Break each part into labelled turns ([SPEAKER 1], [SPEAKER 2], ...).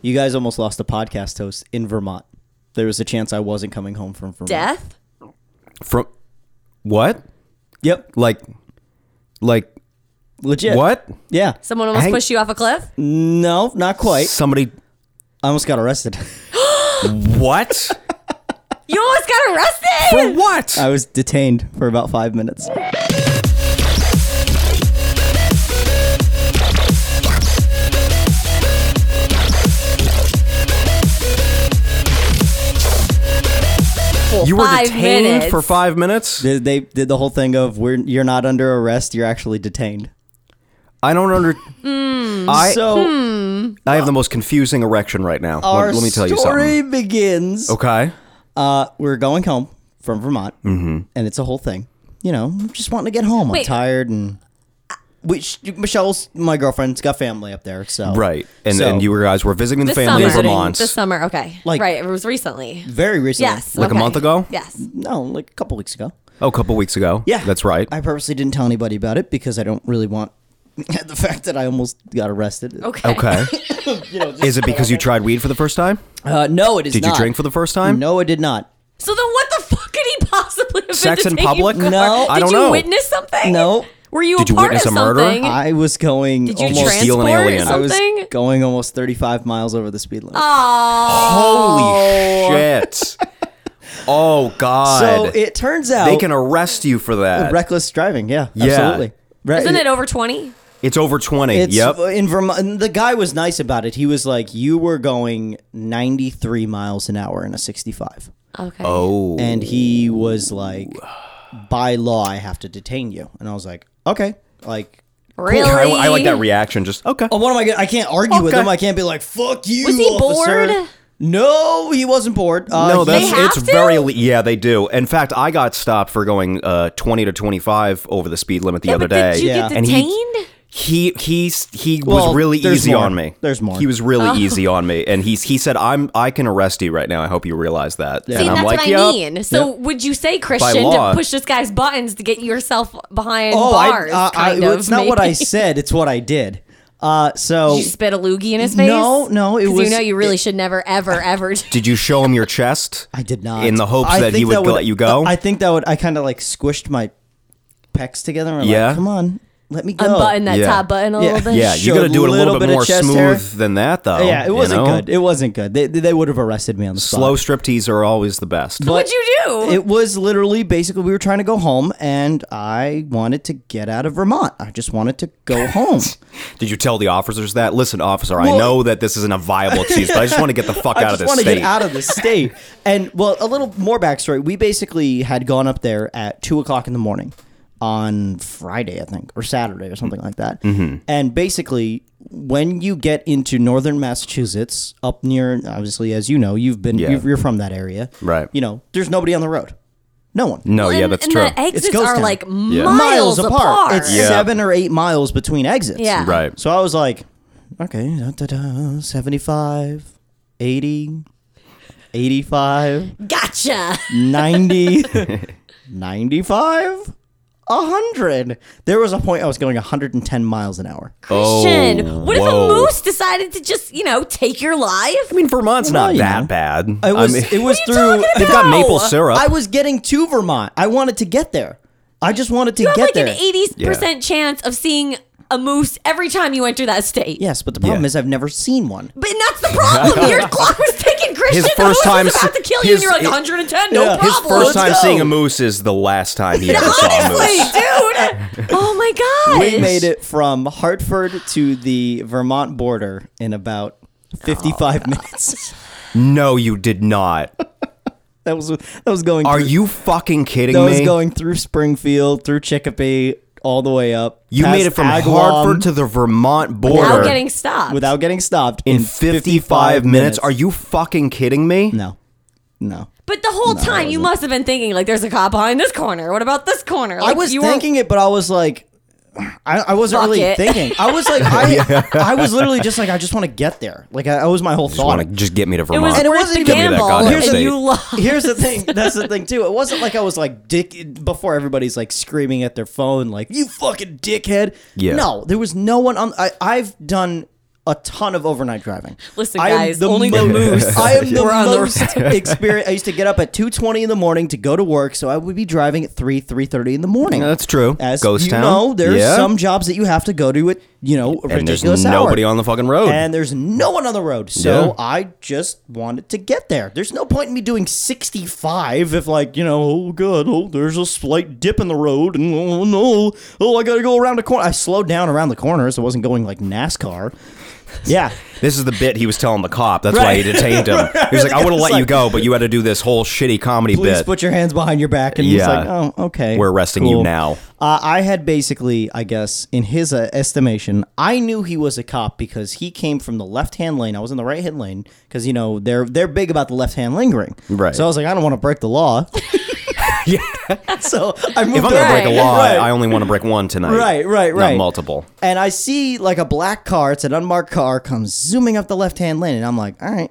[SPEAKER 1] You guys almost lost a podcast host in Vermont. There was a chance I wasn't coming home from Vermont.
[SPEAKER 2] Death?
[SPEAKER 3] From what?
[SPEAKER 1] Yep,
[SPEAKER 3] Like, like
[SPEAKER 1] legit.
[SPEAKER 3] what?
[SPEAKER 1] Yeah.
[SPEAKER 2] Someone almost
[SPEAKER 3] Hank-
[SPEAKER 2] pushed you off a cliff?
[SPEAKER 1] No, not quite.
[SPEAKER 3] Somebody.
[SPEAKER 1] I almost got arrested.
[SPEAKER 3] What?
[SPEAKER 2] You almost got
[SPEAKER 3] For
[SPEAKER 2] arrested?
[SPEAKER 3] what?
[SPEAKER 1] I was detained for about five minutes.
[SPEAKER 2] For
[SPEAKER 3] you were
[SPEAKER 2] five
[SPEAKER 3] detained
[SPEAKER 2] minutes.
[SPEAKER 3] for five minutes.
[SPEAKER 1] They, they did the whole thing of we're you're not under arrest. You're actually detained.
[SPEAKER 3] I don't under.
[SPEAKER 2] Hmm.
[SPEAKER 3] I
[SPEAKER 1] so uh,
[SPEAKER 3] I have the most confusing erection right now.
[SPEAKER 1] our
[SPEAKER 3] let, let me tell you
[SPEAKER 1] story
[SPEAKER 3] something.
[SPEAKER 1] begins.
[SPEAKER 3] Okay.
[SPEAKER 1] Uh, we're going home from Vermont,
[SPEAKER 3] Mm-hmm.
[SPEAKER 1] and it's a whole thing. You know, just wanting to get home. I'm
[SPEAKER 2] Wait.
[SPEAKER 1] tired, and which Michelle's my girlfriend's got family up there, so
[SPEAKER 3] Right. And
[SPEAKER 1] So-
[SPEAKER 3] and you guys were visiting the
[SPEAKER 2] This
[SPEAKER 3] family
[SPEAKER 2] summer.
[SPEAKER 3] in Vermont.
[SPEAKER 2] This summer, okay.
[SPEAKER 1] Like-
[SPEAKER 2] right, it was recently.
[SPEAKER 1] very recently.
[SPEAKER 2] Yes.
[SPEAKER 3] Like a
[SPEAKER 2] okay.
[SPEAKER 3] month ago?
[SPEAKER 2] Yes.
[SPEAKER 1] no, like a couple weeks ago.
[SPEAKER 3] Oh, a couple weeks ago.
[SPEAKER 1] Yeah,
[SPEAKER 3] That's right.
[SPEAKER 1] I purposely didn't tell anybody about it because I don't really want the fact that I almost got arrested.
[SPEAKER 2] Okay.
[SPEAKER 3] Okay. Is it because you tried weed for the first time?
[SPEAKER 1] Uh, no, it is.
[SPEAKER 3] Did you
[SPEAKER 1] not.
[SPEAKER 3] drink for the first time?
[SPEAKER 1] No, I did not.
[SPEAKER 2] So then what the fuck could he possibly have been
[SPEAKER 3] Sex in
[SPEAKER 2] detained
[SPEAKER 3] public?
[SPEAKER 2] for?
[SPEAKER 1] No.
[SPEAKER 2] Did
[SPEAKER 1] I
[SPEAKER 3] don't
[SPEAKER 2] you
[SPEAKER 3] know.
[SPEAKER 2] witness something?
[SPEAKER 1] No.
[SPEAKER 2] Were you
[SPEAKER 3] Did
[SPEAKER 2] a
[SPEAKER 3] you
[SPEAKER 2] part
[SPEAKER 3] witness
[SPEAKER 2] of
[SPEAKER 3] a murder?
[SPEAKER 2] something?
[SPEAKER 1] I was going.
[SPEAKER 2] Did you
[SPEAKER 1] almost,
[SPEAKER 3] trans- steal an
[SPEAKER 2] transport
[SPEAKER 3] alien?
[SPEAKER 1] I was
[SPEAKER 2] something?
[SPEAKER 1] going almost 35 miles over the speed limit.
[SPEAKER 2] Oh.
[SPEAKER 3] Holy shit. Oh
[SPEAKER 1] so
[SPEAKER 3] God.
[SPEAKER 1] it turns out
[SPEAKER 3] they can arrest you for that.
[SPEAKER 1] reckless driving. Yeah,
[SPEAKER 3] Yeah.
[SPEAKER 1] absolutely. Re-
[SPEAKER 2] Isn't it over 20?
[SPEAKER 3] it's over twenty.
[SPEAKER 1] It's
[SPEAKER 3] yep.
[SPEAKER 1] in Vermont. and The guy was nice about it. He was like, "You were going 93 miles an hour in a 65,"
[SPEAKER 2] Okay.
[SPEAKER 3] oh.
[SPEAKER 1] and he was like, "By law, I have to detain you." And I was like, "Okay." Like,
[SPEAKER 2] really?
[SPEAKER 3] I, I like that reaction. Just okay.
[SPEAKER 1] oh, what am I? Gonna, I can't argue with
[SPEAKER 3] Okay.
[SPEAKER 1] him. I can't be like, "Fuck you."
[SPEAKER 2] Was he
[SPEAKER 1] officer."
[SPEAKER 2] bored?
[SPEAKER 1] No, he wasn't bored. Uh,
[SPEAKER 3] no,
[SPEAKER 1] he-
[SPEAKER 3] that's
[SPEAKER 2] have
[SPEAKER 3] it's
[SPEAKER 2] to?
[SPEAKER 3] very le- yeah they do. In fact, I got stopped for going uh, twenty to twenty five over the speed limit the
[SPEAKER 2] Yeah,
[SPEAKER 3] other
[SPEAKER 2] but
[SPEAKER 3] day.
[SPEAKER 2] Did you
[SPEAKER 1] Yeah.
[SPEAKER 2] get
[SPEAKER 3] And he-
[SPEAKER 2] detained?
[SPEAKER 3] he he he
[SPEAKER 1] Well,
[SPEAKER 3] was really
[SPEAKER 1] there's
[SPEAKER 3] easy
[SPEAKER 1] more.
[SPEAKER 3] on me.
[SPEAKER 1] There's more. Oh.
[SPEAKER 3] He was really easy on me, and he's he said, "I'm I can arrest you right now. I hope you realize that."
[SPEAKER 2] See,
[SPEAKER 3] And I'm
[SPEAKER 2] that's
[SPEAKER 3] like,
[SPEAKER 2] what I
[SPEAKER 3] "Yup."
[SPEAKER 2] mean. So, would you say Christian to
[SPEAKER 3] law.
[SPEAKER 2] push this guy's buttons to get yourself behind
[SPEAKER 1] oh,
[SPEAKER 2] bars?
[SPEAKER 1] I, uh,
[SPEAKER 2] kind
[SPEAKER 1] I,
[SPEAKER 2] of.
[SPEAKER 1] it's not what I
[SPEAKER 2] maybe?
[SPEAKER 1] said. It's what I did. Uh, so
[SPEAKER 2] Did you spit a loogie in his face?
[SPEAKER 1] No, no, it Oh,
[SPEAKER 2] 'Cause
[SPEAKER 1] was-
[SPEAKER 2] You know, you really should never, ever, ever. do-
[SPEAKER 3] Did you show him your chest?
[SPEAKER 1] I did not.
[SPEAKER 3] In the hopes
[SPEAKER 1] I
[SPEAKER 3] that he
[SPEAKER 1] think
[SPEAKER 3] would, let you go.
[SPEAKER 1] I think that would. I kind of like squished my pecs together. And I'm
[SPEAKER 3] Yeah.
[SPEAKER 1] Like, Come on, let me go.
[SPEAKER 2] Unbutton that
[SPEAKER 3] Yeah.
[SPEAKER 2] top button a
[SPEAKER 1] Yeah.
[SPEAKER 2] little bit.
[SPEAKER 3] yeah, you got to
[SPEAKER 1] showed
[SPEAKER 3] do it a little, bit,
[SPEAKER 1] of
[SPEAKER 3] more
[SPEAKER 1] chest
[SPEAKER 3] smooth
[SPEAKER 1] hair.
[SPEAKER 3] than that, though.
[SPEAKER 1] Yeah, it
[SPEAKER 3] you
[SPEAKER 1] wasn't
[SPEAKER 3] know?
[SPEAKER 1] good. It wasn't good. They they would have arrested me on the spot.
[SPEAKER 3] Slow striptease are always the best.
[SPEAKER 1] But
[SPEAKER 2] What'd you do?
[SPEAKER 1] It was literally basically we were trying to go home, and I wanted to get out of Vermont. I just wanted to go home.
[SPEAKER 3] Did you tell the officers that? Listen, officer, I
[SPEAKER 1] Well-
[SPEAKER 3] know that this isn't a viable excuse, but I just want to get the fuck
[SPEAKER 1] I
[SPEAKER 3] out of
[SPEAKER 1] just
[SPEAKER 3] this
[SPEAKER 1] want to
[SPEAKER 3] state.
[SPEAKER 1] get out of the state. And well, a little more backstory. We basically had gone up there at two o'clock in the morning on Friday, I think, or Saturday, or something like that.
[SPEAKER 3] Mm-hmm.
[SPEAKER 1] And basically, when you get into northern Massachusetts, up near obviously, as you know, you've been
[SPEAKER 3] Yeah.
[SPEAKER 1] you've, you're from that area,
[SPEAKER 3] Right.
[SPEAKER 1] You know, there's nobody on the road, no one.
[SPEAKER 3] no,
[SPEAKER 2] Well,
[SPEAKER 3] yeah,
[SPEAKER 2] and-
[SPEAKER 3] that's
[SPEAKER 2] and
[SPEAKER 3] true.
[SPEAKER 2] The exits
[SPEAKER 1] Ghost
[SPEAKER 2] are
[SPEAKER 1] Town.
[SPEAKER 2] like
[SPEAKER 3] Yeah.
[SPEAKER 2] miles, apart.
[SPEAKER 1] It's
[SPEAKER 3] Yeah.
[SPEAKER 1] seven or eight miles between exits.
[SPEAKER 2] Yeah.
[SPEAKER 3] right.
[SPEAKER 1] So I was like, okay, da, da, da, 75, 80, 85.
[SPEAKER 2] Gotcha.
[SPEAKER 1] 90 95 100 there was a point i was going 110 miles an hour
[SPEAKER 2] Christian,
[SPEAKER 3] Oh,
[SPEAKER 2] what
[SPEAKER 3] whoa.
[SPEAKER 2] if a moose decided to just, you know, take your life?
[SPEAKER 3] I mean, Vermont's
[SPEAKER 1] Well,
[SPEAKER 3] not
[SPEAKER 1] you
[SPEAKER 3] that
[SPEAKER 1] know.
[SPEAKER 3] bad.
[SPEAKER 1] it was
[SPEAKER 3] I mean,
[SPEAKER 1] it was
[SPEAKER 2] What are you
[SPEAKER 1] through
[SPEAKER 2] talking
[SPEAKER 3] they've got maple
[SPEAKER 2] No.
[SPEAKER 3] syrup.
[SPEAKER 1] i was getting to vermont i wanted to get there i just wanted to
[SPEAKER 2] You have
[SPEAKER 1] get
[SPEAKER 2] like
[SPEAKER 1] there
[SPEAKER 2] an 80% chance of seeing a moose every time you enter that state.
[SPEAKER 1] yes but the problem
[SPEAKER 3] Yeah.
[SPEAKER 1] is i've never seen one
[SPEAKER 2] But that's the problem. Your clock was ticking, Christian. the
[SPEAKER 3] first
[SPEAKER 2] moose
[SPEAKER 3] time
[SPEAKER 2] was about
[SPEAKER 3] se-
[SPEAKER 2] to kill you, and
[SPEAKER 3] his-
[SPEAKER 2] you're like
[SPEAKER 3] his-
[SPEAKER 2] 110. No
[SPEAKER 1] Yeah.
[SPEAKER 3] His
[SPEAKER 2] problem.
[SPEAKER 3] first time
[SPEAKER 1] go.
[SPEAKER 3] seeing a moose is the last time he ever saw a
[SPEAKER 2] Honestly,
[SPEAKER 3] moose.
[SPEAKER 2] dude. Oh my god.
[SPEAKER 1] we made it from hartford to the vermont border in about
[SPEAKER 3] Oh,
[SPEAKER 1] 55 minutes
[SPEAKER 3] No, you did not.
[SPEAKER 1] that was that was going
[SPEAKER 3] Are
[SPEAKER 1] through,
[SPEAKER 3] you fucking kidding
[SPEAKER 1] that was
[SPEAKER 3] me?
[SPEAKER 1] going through springfield through chicopee all the way up
[SPEAKER 3] you
[SPEAKER 1] past
[SPEAKER 3] made it from
[SPEAKER 1] Agawam.
[SPEAKER 3] Hartford to the Vermont border
[SPEAKER 2] Without getting stopped.
[SPEAKER 1] without getting stopped
[SPEAKER 3] in 55 minutes. Are you fucking kidding me?
[SPEAKER 1] No, no.
[SPEAKER 2] but the whole
[SPEAKER 1] I
[SPEAKER 2] time you
[SPEAKER 1] wasn't.
[SPEAKER 2] must have been thinking like, "There's a cop behind this corner. What about this corner?"
[SPEAKER 1] I
[SPEAKER 2] Like,
[SPEAKER 1] was
[SPEAKER 2] you were-
[SPEAKER 1] thinking it, but I was like, I, I wasn't
[SPEAKER 2] Fuck
[SPEAKER 1] really
[SPEAKER 2] it.
[SPEAKER 1] thinking. I was like, I, I was literally just like, I just want to get there. Like I, that was my whole
[SPEAKER 3] Just
[SPEAKER 1] thought.
[SPEAKER 3] want to just get me to
[SPEAKER 2] it
[SPEAKER 3] Vermont.
[SPEAKER 2] was
[SPEAKER 1] And it
[SPEAKER 2] worth
[SPEAKER 1] wasn't
[SPEAKER 2] the
[SPEAKER 1] gonna
[SPEAKER 3] be that
[SPEAKER 2] gamble.
[SPEAKER 3] goddamn
[SPEAKER 2] and
[SPEAKER 3] state.
[SPEAKER 2] you lost.
[SPEAKER 1] Here's the thing. That's the thing too. It wasn't like I was like dick before everybody's like screaming at their phone like you fucking dickhead.
[SPEAKER 3] Yeah.
[SPEAKER 1] No, there was no one on. I, I've done a ton of overnight driving.
[SPEAKER 2] Listen,
[SPEAKER 1] I am
[SPEAKER 2] guys, only the
[SPEAKER 1] mo-
[SPEAKER 2] moose.
[SPEAKER 1] I am the
[SPEAKER 2] We're on the
[SPEAKER 1] most experienced. I used to get up at two twenty in the morning to go to work, so I would be driving at three three thirty in the morning.
[SPEAKER 3] Yeah, that's true.
[SPEAKER 1] As
[SPEAKER 3] Ghost
[SPEAKER 1] you
[SPEAKER 3] town.
[SPEAKER 1] know, there's
[SPEAKER 3] Yeah.
[SPEAKER 1] some jobs that you have to go to at you know a
[SPEAKER 3] and there's
[SPEAKER 1] ridiculous hour.
[SPEAKER 3] nobody on the fucking road.
[SPEAKER 1] and there's no one on the road, so
[SPEAKER 3] Yeah.
[SPEAKER 1] I just wanted to get there. There's no point in me doing 65 if, like, you know, oh god, oh there's a slight dip in the road, and oh no, oh I gotta go around the corner. I slowed down around the corner, so I wasn't going like NASCAR. Yeah,
[SPEAKER 3] this is the bit he was telling the cop. That's why
[SPEAKER 1] Right.
[SPEAKER 3] he detained him. He was like, "I would have
[SPEAKER 1] It's
[SPEAKER 3] let you
[SPEAKER 1] like-
[SPEAKER 3] go, but you had to do this whole shitty comedy
[SPEAKER 1] please
[SPEAKER 3] bit.
[SPEAKER 1] put your hands behind your back and he's
[SPEAKER 3] Yeah.
[SPEAKER 1] like oh okay
[SPEAKER 3] We're arresting you now.
[SPEAKER 1] uh, i had basically i guess in his uh, estimation i knew he was a cop because he came from the left hand lane i was in the right hand lane because you know they're they're big about the left hand lingering
[SPEAKER 3] Right.
[SPEAKER 1] so i was like i don't want to break the law yeah so i moved
[SPEAKER 3] If
[SPEAKER 1] right.
[SPEAKER 3] I'm gonna break a law,
[SPEAKER 1] right.
[SPEAKER 3] I only want to break one tonight.
[SPEAKER 1] Right, right, right.
[SPEAKER 3] Not multiple.
[SPEAKER 1] and I see like a black car, it's an unmarked car, comes zooming up the left hand lane, and I'm like, all right,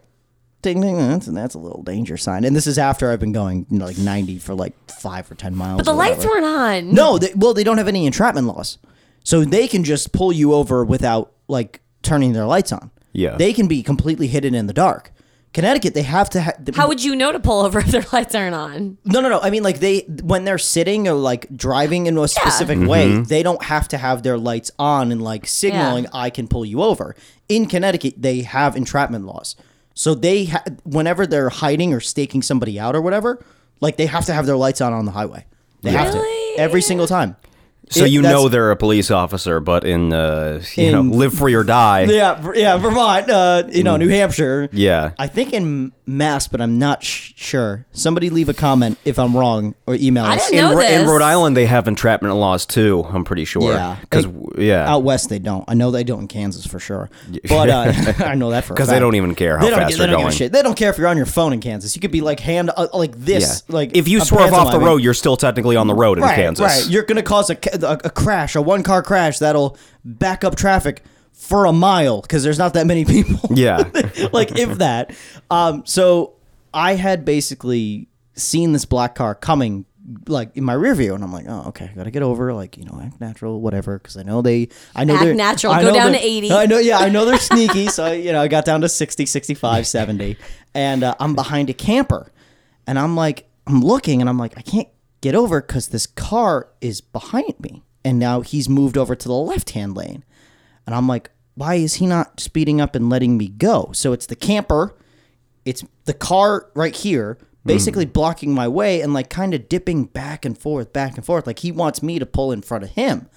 [SPEAKER 1] ding ding, that's, that's a little danger sign. And this is after I've been going you know, like 90 for like five or 10 miles.
[SPEAKER 2] But the lights weren't on.
[SPEAKER 1] No, they, well, they don't have any entrapment laws, so they can just pull you over without like turning their lights on.
[SPEAKER 3] Yeah.
[SPEAKER 1] they can be completely hidden in the dark. Connecticut, they have to. Ha-
[SPEAKER 2] How would you know to pull over if their lights aren't on?
[SPEAKER 1] no, no, no. I mean, like they when they're sitting or like driving in a specific
[SPEAKER 3] Mm-hmm.
[SPEAKER 1] way, they don't have to have their lights on and like signaling I can pull you over. In Connecticut, they have entrapment laws, so they ha- whenever they're hiding or staking somebody out or whatever, like they have to have their lights on on the highway. They have to
[SPEAKER 2] Really?
[SPEAKER 1] every single time.
[SPEAKER 3] So
[SPEAKER 1] It-
[SPEAKER 3] you
[SPEAKER 1] that's-
[SPEAKER 3] know they're a police officer, but in uh, you
[SPEAKER 1] In-
[SPEAKER 3] know, live free or die.
[SPEAKER 1] Yeah, Ver- yeah, Vermont, uh, you know, New Hampshire.
[SPEAKER 3] Mm. Yeah.
[SPEAKER 1] I think in Mass, but I'm not sh- sure. Somebody leave a comment if I'm wrong or email
[SPEAKER 2] I
[SPEAKER 1] us.
[SPEAKER 2] didn't know
[SPEAKER 3] in, Ro- in
[SPEAKER 2] this.
[SPEAKER 3] Rhode Island, they have entrapment laws too. I'm pretty sure.
[SPEAKER 1] Yeah.
[SPEAKER 3] because yeah,
[SPEAKER 1] Out west, they don't. I know they don't in Kansas for sure. But uh, I know that for
[SPEAKER 3] because they don't even care how
[SPEAKER 1] They don't,
[SPEAKER 3] fast
[SPEAKER 1] gi- they
[SPEAKER 3] they're
[SPEAKER 1] don't give a
[SPEAKER 3] going.
[SPEAKER 1] shit. They don't care if you're on your phone in Kansas. You could be like hand uh, like this. Like
[SPEAKER 3] if you
[SPEAKER 1] a
[SPEAKER 3] swerve off the
[SPEAKER 1] pantomime.
[SPEAKER 3] road, you're still technically on the road in
[SPEAKER 1] right,
[SPEAKER 3] Kansas.
[SPEAKER 1] Right, you're gonna cause a, ca- a, a crash, a one car crash that'll back up traffic for a mile because there's not that many people.
[SPEAKER 3] Yeah.
[SPEAKER 1] like if that. Um, so I had basically seen this black car coming like in my rear view and I'm like, oh okay, I gotta get over, like, you know, act natural, whatever, because I know they I know
[SPEAKER 2] Act
[SPEAKER 1] they're
[SPEAKER 2] natural,
[SPEAKER 1] I
[SPEAKER 2] go
[SPEAKER 1] know
[SPEAKER 2] down
[SPEAKER 1] they're-
[SPEAKER 2] to 80.
[SPEAKER 1] I know yeah, I know they're sneaky, so I, you know, I got down to 60, 65, 70 and uh, I'm behind a camper. And I'm like I'm looking and I'm like I can't get over cuz this car is behind me. And now he's moved over to the left-hand lane. And I'm like, why is he not speeding up and letting me go? So it's the camper, it's the car right here, basically blocking my way and like kind of dipping back and forth, back and forth. Like he wants me to pull in front of him.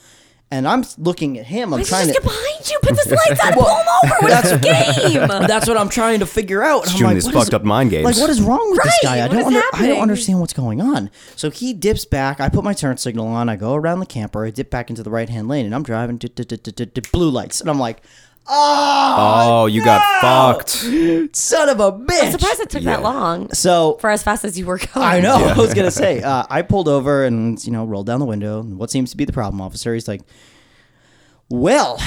[SPEAKER 1] And I'm s- looking at him. I'm
[SPEAKER 2] Just
[SPEAKER 1] trying
[SPEAKER 2] get
[SPEAKER 1] to.
[SPEAKER 2] behind you. Put the lights on. Pull them over. What's the game?
[SPEAKER 1] That's what I'm trying to figure out. And I'm
[SPEAKER 3] doing
[SPEAKER 1] like,
[SPEAKER 3] these
[SPEAKER 1] what is-
[SPEAKER 3] fucked up mind games.
[SPEAKER 1] Like, what is wrong with this
[SPEAKER 2] Right,
[SPEAKER 1] guy? I
[SPEAKER 2] what
[SPEAKER 1] don't.
[SPEAKER 2] is
[SPEAKER 1] Under, I don't
[SPEAKER 2] happening?
[SPEAKER 1] understand what's going on. So he dips back. I put my turn signal on. I go around the camper. I dip back into the right hand lane, and I'm driving. d- d- d- d- d- d- Blue lights, and I'm like, ah,
[SPEAKER 3] Oh, you got fucked.
[SPEAKER 1] son of a bitch.
[SPEAKER 2] I'm surprised it took
[SPEAKER 3] Yeah.
[SPEAKER 2] that long
[SPEAKER 1] So
[SPEAKER 2] for as fast as you were going.
[SPEAKER 1] I know. I was gonna say. Uh, I pulled over and you know rolled down the window. And what seems to be the problem, officer? He's like, "Well,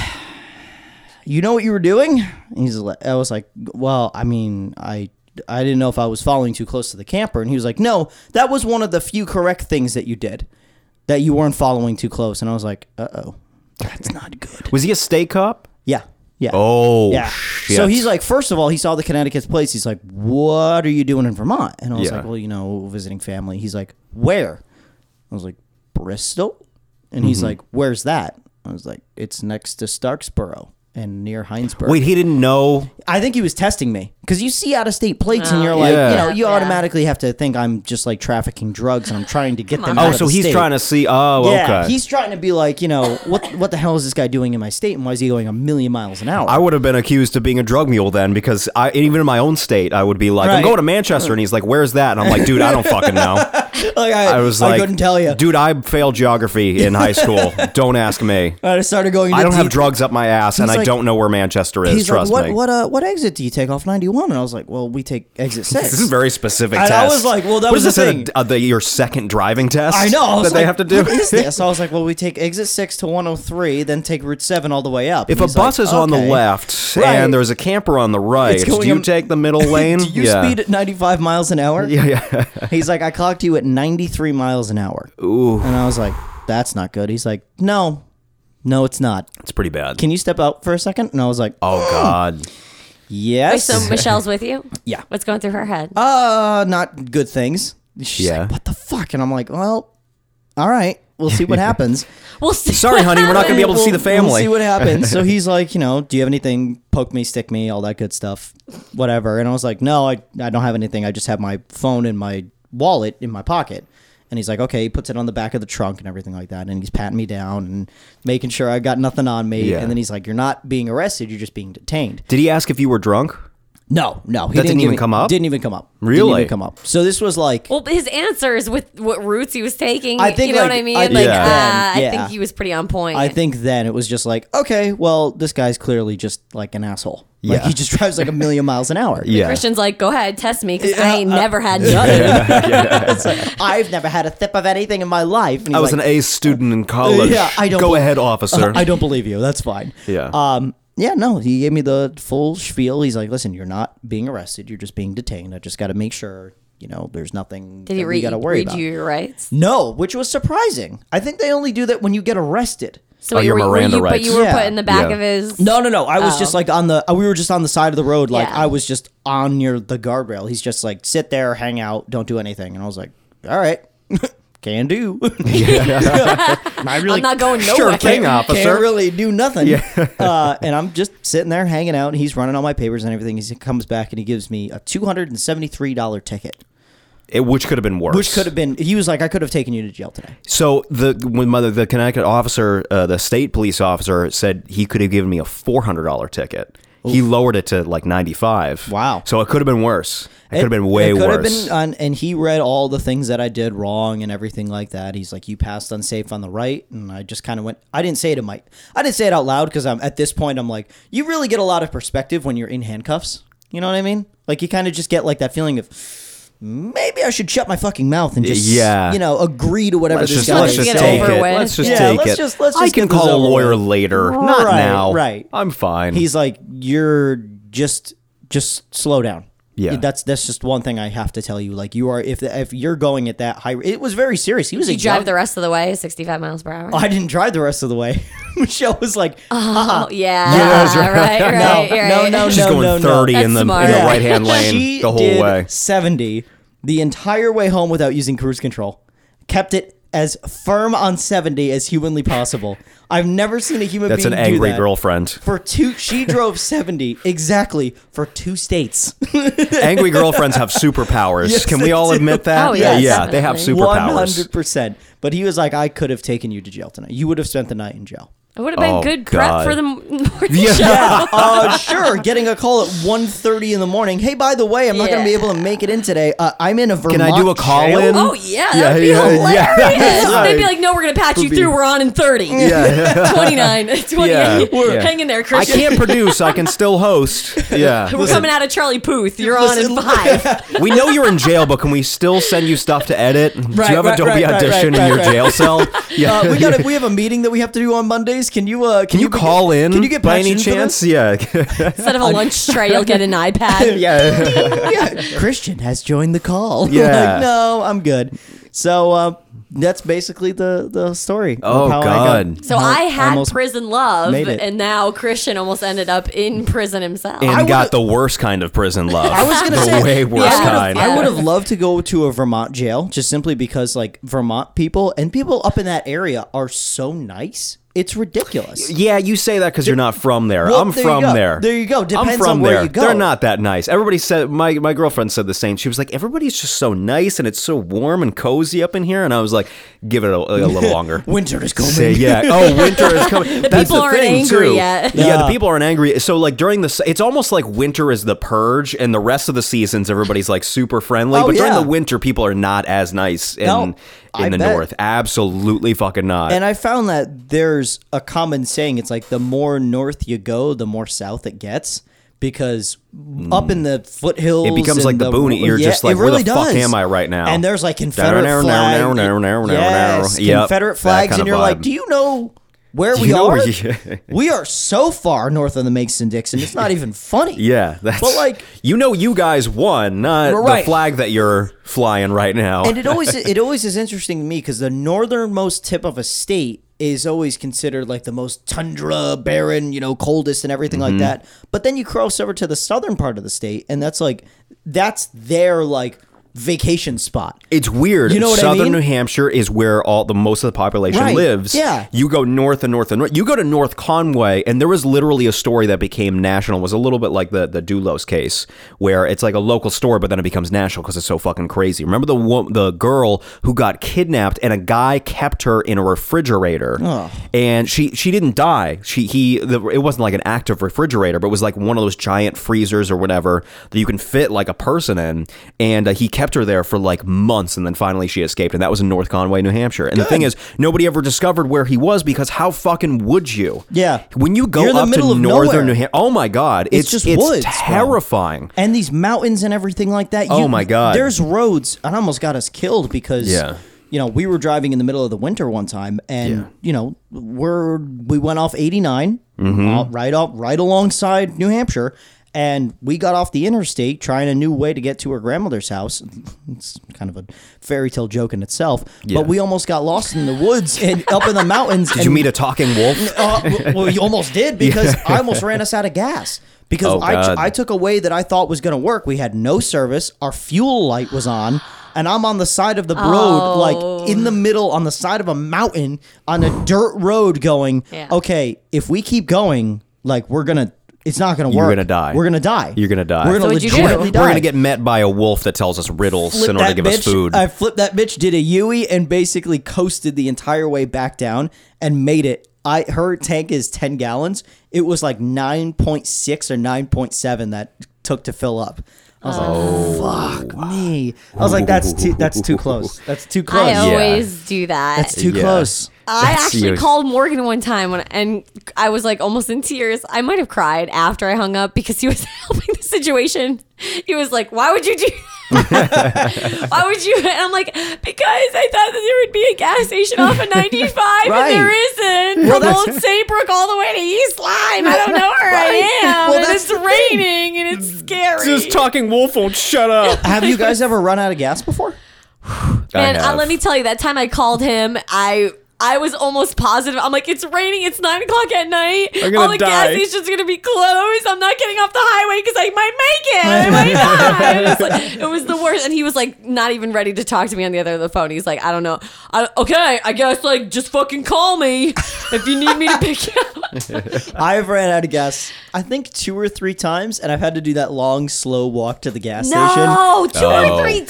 [SPEAKER 1] you know what you were doing?" And he's. like, I was like, "Well, I mean, I." I didn't know if I was following too close to the camper, and he was like, "No, that was one of the few correct things that you did, that you weren't following too close." And I was like, "Uh oh, that's not good."
[SPEAKER 3] Was he a stay cop?
[SPEAKER 1] Yeah, yeah.
[SPEAKER 3] Oh,
[SPEAKER 1] Yeah.
[SPEAKER 3] Shit.
[SPEAKER 1] So he's like, first of all, he saw the Connecticut's place. He's like, what are you doing in Vermont? And I was
[SPEAKER 3] Yeah.
[SPEAKER 1] like, well, you know, visiting family. He's like, where? I was like, Bristol. And he's
[SPEAKER 3] Mm-hmm.
[SPEAKER 1] like, where's that? I was like, it's next to Starksboro and near Hinesburg.
[SPEAKER 3] wait, he didn't know.
[SPEAKER 1] I think he was testing me because you see out of state plates and you're like,
[SPEAKER 3] yeah.
[SPEAKER 1] you know, you
[SPEAKER 2] Oh, Yeah.
[SPEAKER 1] automatically have to think I'm just like trafficking drugs and I'm trying to get them.
[SPEAKER 2] on.
[SPEAKER 1] out
[SPEAKER 3] Oh,
[SPEAKER 1] of
[SPEAKER 3] so
[SPEAKER 1] the
[SPEAKER 3] he's
[SPEAKER 1] state.
[SPEAKER 3] trying to see. Oh,
[SPEAKER 1] Yeah,
[SPEAKER 3] okay.
[SPEAKER 1] he's trying to be like, you know, what what the hell is this guy doing in my state, and why is he going a million miles an hour?
[SPEAKER 3] I would have been accused of being a drug mule then, because I even in my own state, I would be like,
[SPEAKER 1] Right.
[SPEAKER 3] "I'm going to Manchester," and he's like, "Where's that?" And I'm like, "Dude, I don't fucking know."
[SPEAKER 1] like, I,
[SPEAKER 3] I was
[SPEAKER 1] I
[SPEAKER 3] like,
[SPEAKER 1] couldn't tell you.
[SPEAKER 3] dude. I failed geography in high school. don't ask me.
[SPEAKER 1] I started going.
[SPEAKER 3] I
[SPEAKER 1] to
[SPEAKER 3] don't have
[SPEAKER 1] deep-
[SPEAKER 3] drugs up my ass, and
[SPEAKER 1] He's
[SPEAKER 3] I
[SPEAKER 1] like-
[SPEAKER 3] don't know where Manchester is.
[SPEAKER 1] He's
[SPEAKER 3] Trust
[SPEAKER 1] like, what,
[SPEAKER 3] me.
[SPEAKER 1] what, uh, what exit do you take off 91? And I was like, well, we take exit six.
[SPEAKER 3] This is a very specific.
[SPEAKER 1] And I
[SPEAKER 3] test.
[SPEAKER 1] was like, well, that
[SPEAKER 3] What
[SPEAKER 1] was
[SPEAKER 3] is
[SPEAKER 1] the
[SPEAKER 3] this, a-
[SPEAKER 1] thing.
[SPEAKER 3] uh, the- your second driving test.
[SPEAKER 1] I know. I
[SPEAKER 3] that
[SPEAKER 1] was
[SPEAKER 3] they
[SPEAKER 1] like,
[SPEAKER 3] have to do.
[SPEAKER 1] What is this? I was like, well, we take exit six to 103, then take Route 7 all the way up.
[SPEAKER 3] If
[SPEAKER 1] And
[SPEAKER 3] a
[SPEAKER 1] he's
[SPEAKER 3] bus
[SPEAKER 1] like,
[SPEAKER 3] is on the
[SPEAKER 1] okay.
[SPEAKER 3] left
[SPEAKER 1] Right.
[SPEAKER 3] and there's a camper on the right,
[SPEAKER 1] It's
[SPEAKER 3] do
[SPEAKER 1] going
[SPEAKER 3] you
[SPEAKER 1] on-
[SPEAKER 3] take the middle lane?
[SPEAKER 1] do you
[SPEAKER 3] yeah.
[SPEAKER 1] speed at 95 miles an hour?
[SPEAKER 3] Yeah, yeah.
[SPEAKER 1] He's like, I clocked you at 93 miles an hour. Ooh. And I was like, that's not good. He's like, no, No, it's not.
[SPEAKER 3] It's pretty bad.
[SPEAKER 1] Can you step out for a second? And I was like,
[SPEAKER 3] oh God.
[SPEAKER 2] Wait,
[SPEAKER 1] yes.
[SPEAKER 2] Oh, so Michelle's with you?
[SPEAKER 1] Yeah.
[SPEAKER 2] What's going through her head?
[SPEAKER 1] uh, not good things. She's
[SPEAKER 3] Yeah.
[SPEAKER 1] like, what the fuck? And I'm like, well, all right, we'll see what happens.
[SPEAKER 2] We'll see.
[SPEAKER 3] Sorry, honey, we're not gonna be able to see the family.
[SPEAKER 1] We'll see what happens. so he's like, you know, do you have anything? Poke me, stick me, all that good stuff, whatever. And I was like, no, I, I don't have anything. I just have my phone and my wallet in my pocket. And he's like, okay, he puts it on the back of the trunk and everything like that. And he's patting me down and making sure I got nothing on me.
[SPEAKER 3] Yeah.
[SPEAKER 1] And then he's like, you're not being arrested. You're just being detained.
[SPEAKER 3] Did he ask if you were drunk?
[SPEAKER 1] No, no. He
[SPEAKER 3] That didn't
[SPEAKER 1] give
[SPEAKER 3] even
[SPEAKER 1] me-
[SPEAKER 3] come up?
[SPEAKER 1] Didn't even come up. Didn't
[SPEAKER 3] Really?
[SPEAKER 1] even come up. So this was like,
[SPEAKER 2] Well, his answers with what routes he was taking.
[SPEAKER 1] I think,
[SPEAKER 2] you know
[SPEAKER 1] like-
[SPEAKER 2] what I mean.
[SPEAKER 1] I
[SPEAKER 2] like,
[SPEAKER 1] think
[SPEAKER 2] ah,
[SPEAKER 1] then,
[SPEAKER 2] I
[SPEAKER 1] yeah.
[SPEAKER 2] think he was pretty on point.
[SPEAKER 1] I think then it was just like, okay, well, this guy's clearly just like an asshole. Like
[SPEAKER 3] Yeah.
[SPEAKER 1] he just drives like a million miles an hour.
[SPEAKER 2] Christian's like, go ahead, test me because
[SPEAKER 1] uh,
[SPEAKER 2] I ain't never had none.
[SPEAKER 1] It's like, I've never had a sip of anything in my life. And he's
[SPEAKER 3] I was
[SPEAKER 1] like, uh,
[SPEAKER 3] an A student in college.
[SPEAKER 1] Yeah, I don't
[SPEAKER 3] Go
[SPEAKER 1] believe-
[SPEAKER 3] ahead, officer.
[SPEAKER 1] I don't believe you. That's fine.
[SPEAKER 3] Yeah.
[SPEAKER 1] Um. Yeah. No. He gave me the full spiel. He's like, "Listen, you're not being arrested. You're just being detained. I just got to make sure you know there's nothing
[SPEAKER 2] Did he
[SPEAKER 1] that we
[SPEAKER 2] read,
[SPEAKER 1] got to worry
[SPEAKER 2] read
[SPEAKER 1] about."
[SPEAKER 2] you your rights?
[SPEAKER 1] No, which was surprising. I think they only do that when you get arrested.
[SPEAKER 2] So
[SPEAKER 3] Oh, your
[SPEAKER 2] were, were
[SPEAKER 3] Miranda
[SPEAKER 2] you, But
[SPEAKER 3] rights.
[SPEAKER 2] you were
[SPEAKER 1] Yeah.
[SPEAKER 2] put in the back
[SPEAKER 3] Yeah.
[SPEAKER 2] of his.
[SPEAKER 1] No, no, no. I was
[SPEAKER 2] Oh.
[SPEAKER 1] just like on the. uh, We were just on the side of the road. Like
[SPEAKER 2] Yeah.
[SPEAKER 1] I was just on near the guardrail. He's just like, sit there, hang out, don't do anything. And I was like, all right, can do. I really
[SPEAKER 2] I'm not going nowhere.
[SPEAKER 3] Sure thing,
[SPEAKER 1] Can't
[SPEAKER 3] officer.
[SPEAKER 1] really do nothing. uh, and I'm just sitting there hanging out, and he's running all my papers and everything. He comes back and he gives me a two hundred and seventy three dollar ticket,
[SPEAKER 3] It- which could have been worse.
[SPEAKER 1] which could have been. He was like, I could have taken you to jail today.
[SPEAKER 3] So the when my, the Connecticut officer, uh, the state police officer, said he could have given me a four hundred dollar ticket. He lowered it to like ninety five.
[SPEAKER 1] Wow.
[SPEAKER 3] So it could have been worse. It, could have been
[SPEAKER 1] It-
[SPEAKER 3] way
[SPEAKER 1] it could have
[SPEAKER 3] worse.
[SPEAKER 1] been on- and he read all the things that I did wrong and everything like that. He's like, "You passed unsafe on the right," and I just kind of went. I didn't say it to Mike. I didn't say it out loud because I'm at this point. I'm like, you really get a lot of perspective when you're in handcuffs. You know what I mean? Like you kind of just get like that feeling of maybe I should shut my fucking mouth and just
[SPEAKER 3] Yeah.
[SPEAKER 1] you know agree to whatever
[SPEAKER 3] let's
[SPEAKER 1] this
[SPEAKER 3] just,
[SPEAKER 1] guy
[SPEAKER 3] let's
[SPEAKER 1] is
[SPEAKER 3] just
[SPEAKER 2] Get it
[SPEAKER 1] saying.
[SPEAKER 3] take
[SPEAKER 2] over
[SPEAKER 3] it.
[SPEAKER 2] with.
[SPEAKER 3] Let's just
[SPEAKER 1] Yeah,
[SPEAKER 3] take
[SPEAKER 1] let's
[SPEAKER 3] it.
[SPEAKER 1] just- let's
[SPEAKER 3] I
[SPEAKER 1] just
[SPEAKER 3] can
[SPEAKER 1] get this
[SPEAKER 3] call a
[SPEAKER 1] over
[SPEAKER 3] lawyer
[SPEAKER 1] with.
[SPEAKER 3] later. Not
[SPEAKER 1] Right,
[SPEAKER 3] now.
[SPEAKER 1] right.
[SPEAKER 3] I'm fine.
[SPEAKER 1] He's like, you're just just slow down.
[SPEAKER 3] Yeah.
[SPEAKER 1] that's that's just one thing I have to tell you. Like you are, if if you're going at that high, it was very serious. He was a
[SPEAKER 2] You drive
[SPEAKER 1] young-
[SPEAKER 2] the rest of the way, 65 miles per hour.
[SPEAKER 1] I didn't drive the Uh-huh. rest of the way. Michelle was like,
[SPEAKER 2] oh, yeah.
[SPEAKER 1] that's
[SPEAKER 2] right. Right, right,
[SPEAKER 1] no, no,
[SPEAKER 3] She's
[SPEAKER 1] no,
[SPEAKER 3] going
[SPEAKER 1] no, no.
[SPEAKER 3] thirty
[SPEAKER 2] That's
[SPEAKER 3] in the, in the
[SPEAKER 2] smart. Yeah.
[SPEAKER 3] right hand lane
[SPEAKER 1] she
[SPEAKER 3] the whole
[SPEAKER 1] did
[SPEAKER 3] way.
[SPEAKER 1] seventy the entire way home without using cruise control. Kept it as firm on seventy as humanly possible. I've never seen a human
[SPEAKER 3] That's an
[SPEAKER 1] being do
[SPEAKER 3] angry
[SPEAKER 1] that.
[SPEAKER 3] girlfriend.
[SPEAKER 1] For two, she drove seventy exactly for two states.
[SPEAKER 3] angry girlfriends have superpowers.
[SPEAKER 1] Yes,
[SPEAKER 3] Can
[SPEAKER 1] they
[SPEAKER 3] we all
[SPEAKER 1] do.
[SPEAKER 3] admit that?
[SPEAKER 2] Oh,
[SPEAKER 3] yeah,
[SPEAKER 2] yes,
[SPEAKER 3] yeah, they have
[SPEAKER 2] definitely.
[SPEAKER 3] superpowers.
[SPEAKER 1] 100%. But he was like, I could have taken you to jail tonight. You would have spent the night in jail.
[SPEAKER 2] It would have been
[SPEAKER 3] Oh,
[SPEAKER 2] good prep
[SPEAKER 3] God.
[SPEAKER 2] for the m- morning
[SPEAKER 3] Yeah.
[SPEAKER 2] show.
[SPEAKER 1] uh, sure, getting a call at 1.30 in the morning. Hey, by the way, I'm not going to be
[SPEAKER 2] Yeah.
[SPEAKER 1] able to make it in today. Uh, I'm in a Vermont
[SPEAKER 3] Can I do a call
[SPEAKER 1] jail. Uh,
[SPEAKER 3] in?
[SPEAKER 2] Oh, yeah.
[SPEAKER 3] Yeah,
[SPEAKER 2] That would be
[SPEAKER 3] yeah, yeah.
[SPEAKER 2] hilarious.
[SPEAKER 3] Right.
[SPEAKER 2] They'd be like, no, we're going to patch you
[SPEAKER 3] Would be-
[SPEAKER 2] through. We're on in 30.
[SPEAKER 3] Yeah.
[SPEAKER 2] 29, 28.
[SPEAKER 3] Yeah.
[SPEAKER 2] Hang in there,
[SPEAKER 3] I
[SPEAKER 2] Christian.
[SPEAKER 3] can't produce. I can still host. Yeah.
[SPEAKER 2] We're coming out of Charlie Puth. You're
[SPEAKER 1] Listen-
[SPEAKER 2] on in five.
[SPEAKER 3] We know you're in jail, but can we still send you stuff to edit?
[SPEAKER 1] Right,
[SPEAKER 3] do you have
[SPEAKER 1] right,
[SPEAKER 3] a Dolby
[SPEAKER 1] right, right,
[SPEAKER 3] audition
[SPEAKER 1] right,
[SPEAKER 3] in your
[SPEAKER 1] right.
[SPEAKER 3] jail cell? Yeah.
[SPEAKER 1] Uh, we, got a, we have a meeting that we have to do on Mondays. Can you uh, can,
[SPEAKER 3] can you call in?
[SPEAKER 1] Can you get
[SPEAKER 3] by
[SPEAKER 1] patched
[SPEAKER 3] any
[SPEAKER 1] in for
[SPEAKER 3] chance?
[SPEAKER 1] this?
[SPEAKER 3] Yeah.
[SPEAKER 2] Instead of a lunch tray, you'll get an iPad.
[SPEAKER 3] yeah.
[SPEAKER 1] Yeah. Christian has joined the call.
[SPEAKER 3] Yeah.
[SPEAKER 1] like, no, I'm good. So uh, that's basically the the story. of
[SPEAKER 3] Oh,
[SPEAKER 1] how I
[SPEAKER 3] God.
[SPEAKER 1] got-
[SPEAKER 2] So
[SPEAKER 1] how
[SPEAKER 2] I had
[SPEAKER 1] almost-
[SPEAKER 2] prison love,
[SPEAKER 1] made it.
[SPEAKER 2] and now Christian almost ended up in prison himself.
[SPEAKER 3] And
[SPEAKER 1] would've-
[SPEAKER 3] got the worst kind of prison love.
[SPEAKER 1] I was gonna
[SPEAKER 3] the
[SPEAKER 1] say-
[SPEAKER 3] way worst
[SPEAKER 2] Yeah.
[SPEAKER 3] kind.
[SPEAKER 1] I
[SPEAKER 2] Yeah.
[SPEAKER 1] would have loved to go to a Vermont jail just simply because like Vermont people and people up in that area are so nice. It's ridiculous.
[SPEAKER 3] Yeah, you say that because you're not from there.
[SPEAKER 1] Well,
[SPEAKER 3] I'm
[SPEAKER 1] there you
[SPEAKER 3] from
[SPEAKER 1] go.
[SPEAKER 3] there.
[SPEAKER 1] There you go.
[SPEAKER 3] I'm
[SPEAKER 1] Depends
[SPEAKER 3] from
[SPEAKER 1] on
[SPEAKER 3] there.
[SPEAKER 1] where you go.
[SPEAKER 3] They're not that nice. Everybody said my my girlfriend said the same. She was like, everybody's just so nice and it's so warm and cozy up in here. And I was like, give it a, a little longer.
[SPEAKER 1] Winter is coming.
[SPEAKER 3] Say yeah. Oh, winter is coming. the That's
[SPEAKER 2] people
[SPEAKER 3] the
[SPEAKER 2] aren't
[SPEAKER 3] thing,
[SPEAKER 2] angry
[SPEAKER 3] too.
[SPEAKER 2] yet.
[SPEAKER 3] Yeah.
[SPEAKER 1] Yeah.
[SPEAKER 3] the people aren't angry. So like during the, s- it's almost like winter is the purge, and the rest of the seasons everybody's like super friendly.
[SPEAKER 1] Oh,
[SPEAKER 3] but during
[SPEAKER 1] yeah.
[SPEAKER 3] the winter, people are not as nice in
[SPEAKER 1] No,
[SPEAKER 3] in
[SPEAKER 1] I
[SPEAKER 3] the
[SPEAKER 1] bet.
[SPEAKER 3] north. Absolutely fucking not.
[SPEAKER 1] And I found that there's a common saying. It's like the more north you go, the more south it gets. Because up in the foothills,
[SPEAKER 3] It becomes
[SPEAKER 1] and
[SPEAKER 3] like the boon. You're just like,
[SPEAKER 1] it
[SPEAKER 3] where the fuck
[SPEAKER 1] does.
[SPEAKER 3] am I right now?
[SPEAKER 1] And there's like
[SPEAKER 3] Down,
[SPEAKER 1] Confederate
[SPEAKER 3] down, down,
[SPEAKER 1] flags.
[SPEAKER 3] down, down, down,
[SPEAKER 1] Yes,
[SPEAKER 3] down. Yep,
[SPEAKER 1] Confederate
[SPEAKER 3] that
[SPEAKER 1] flags,
[SPEAKER 3] kind
[SPEAKER 1] and
[SPEAKER 3] of
[SPEAKER 1] you're like,
[SPEAKER 3] vibe.
[SPEAKER 1] do you know where
[SPEAKER 3] Do
[SPEAKER 1] we
[SPEAKER 3] you know
[SPEAKER 1] are?
[SPEAKER 3] where you-
[SPEAKER 1] we are so far north of the Mason Dixon. It's not even funny.
[SPEAKER 3] Yeah, that's
[SPEAKER 1] But, like-
[SPEAKER 3] you know, you guys won, not
[SPEAKER 1] We're right.
[SPEAKER 3] the flag that you're flying right now.
[SPEAKER 1] and it always it always is interesting to me because the northernmost tip of a state is always considered like the most tundra, barren, you know, coldest and everything like that. But then you cross over to the southern part of the state, and that's like that's their like vacation spot.
[SPEAKER 3] It's weird.
[SPEAKER 1] You know what I
[SPEAKER 3] Southern
[SPEAKER 1] mean?
[SPEAKER 3] New Hampshire is where all the most of the population
[SPEAKER 1] Right.
[SPEAKER 3] lives.
[SPEAKER 1] Yeah.
[SPEAKER 3] You go north and north and north. You go to North Conway, and there was literally a story that became national. It was a little bit like the the Dulos case, where it's like a local story, but then it becomes national because it's so fucking crazy. Remember the wo- the girl who got kidnapped, and a guy kept her in a refrigerator, and she she didn't die. She he the, it wasn't like an active refrigerator, but it was like one of those giant freezers or whatever that you can fit like a person in. And uh, he kept her there for like months, and then finally she escaped. And that was in North Conway, New Hampshire. And the thing is, nobody ever discovered where he was because how fucking would you?
[SPEAKER 1] Yeah.
[SPEAKER 3] When you go
[SPEAKER 1] You're in the
[SPEAKER 3] up
[SPEAKER 1] middle
[SPEAKER 3] to
[SPEAKER 1] of nowhere.
[SPEAKER 3] northern New Hampshire, oh my god, it's,
[SPEAKER 1] It's
[SPEAKER 3] just
[SPEAKER 1] just
[SPEAKER 3] it's
[SPEAKER 1] woods, bro.
[SPEAKER 3] terrifying.
[SPEAKER 1] And these mountains and everything like that.
[SPEAKER 3] Oh my God.
[SPEAKER 1] There's roads, and almost got us killed because
[SPEAKER 3] Yeah.
[SPEAKER 1] you know we were driving in the middle of the winter one time, and
[SPEAKER 3] Yeah.
[SPEAKER 1] you know we're we went off 89
[SPEAKER 3] Mm-hmm.
[SPEAKER 1] uh, right up right alongside New Hampshire. And we got off the interstate trying a new way to get to her grandmother's house. It's kind of a fairy tale joke in itself.
[SPEAKER 3] Yeah.
[SPEAKER 1] But we almost got lost in the woods and up in the mountains.
[SPEAKER 3] Did you meet a talking wolf?
[SPEAKER 1] Uh, w- well, you almost did because I almost ran us out of gas because
[SPEAKER 3] Oh,
[SPEAKER 1] I,
[SPEAKER 3] God.
[SPEAKER 1] I took a way that I thought was going to work. We had no service. Our fuel light was on, and I'm on the side of the road,
[SPEAKER 2] Oh.
[SPEAKER 1] like in the middle, on the side of a mountain, on a dirt road, going.
[SPEAKER 2] Yeah.
[SPEAKER 1] Okay, if we keep going, like we're gonna, it's not gonna work.
[SPEAKER 3] You're gonna die.
[SPEAKER 1] We're gonna die.
[SPEAKER 3] You're gonna die.
[SPEAKER 1] We're
[SPEAKER 2] So
[SPEAKER 1] gonna
[SPEAKER 2] what'd you do?
[SPEAKER 1] legitimately die.
[SPEAKER 3] We're gonna get met by a wolf that tells us riddles
[SPEAKER 1] Flipped
[SPEAKER 3] in order to
[SPEAKER 1] that
[SPEAKER 3] give
[SPEAKER 1] bitch,
[SPEAKER 3] us food.
[SPEAKER 1] I flipped that bitch, did a Yui, and basically coasted the entire way back down and made it. I her tank is ten gallons. It was like nine point six or nine point seven that took to fill up. I was
[SPEAKER 3] Oh.
[SPEAKER 1] like, "Fuck me!" I was like, "That's too. That's too close. That's too close.
[SPEAKER 2] I
[SPEAKER 3] Yeah.
[SPEAKER 2] always do that.
[SPEAKER 1] That's too
[SPEAKER 3] Yeah.
[SPEAKER 1] close."
[SPEAKER 2] I
[SPEAKER 3] That's
[SPEAKER 2] actually
[SPEAKER 3] yours.
[SPEAKER 2] called Morgan one time when, and I was like almost in tears. I might have cried after I hung up because he was helping the situation. He was like, "Why would you do?" that? Why would you? And I'm like, because I thought that there would be a gas station off of 95,
[SPEAKER 1] Right.
[SPEAKER 2] and there isn't. From Old Saybrook all the way to East Lyme. I don't know where I am.
[SPEAKER 1] Well,
[SPEAKER 2] and
[SPEAKER 1] that's
[SPEAKER 2] it's
[SPEAKER 1] the thing.
[SPEAKER 2] raining and it's scary.
[SPEAKER 3] talking wolf won't shut up.
[SPEAKER 1] Have you guys ever run out of gas before?
[SPEAKER 2] And uh, let me tell you, that time I called him, I I was almost positive. I'm like, it's raining. It's nine o'clock at night.
[SPEAKER 3] I'm gonna
[SPEAKER 2] All the gas
[SPEAKER 3] die."
[SPEAKER 2] stations are gonna be closed. I'm not getting off the highway because I might make it. I might die. It was, like- it was the worst. And he was like, not even ready to talk to me on the other end of the phone. He's like, I don't know. I, okay, I guess like just fucking call me if you need me to pick you up.
[SPEAKER 1] I've ran out of gas. I think two or three times, and I've had to do that long, slow walk to the gas station.
[SPEAKER 2] No, two
[SPEAKER 3] Oh,
[SPEAKER 2] or three
[SPEAKER 3] God.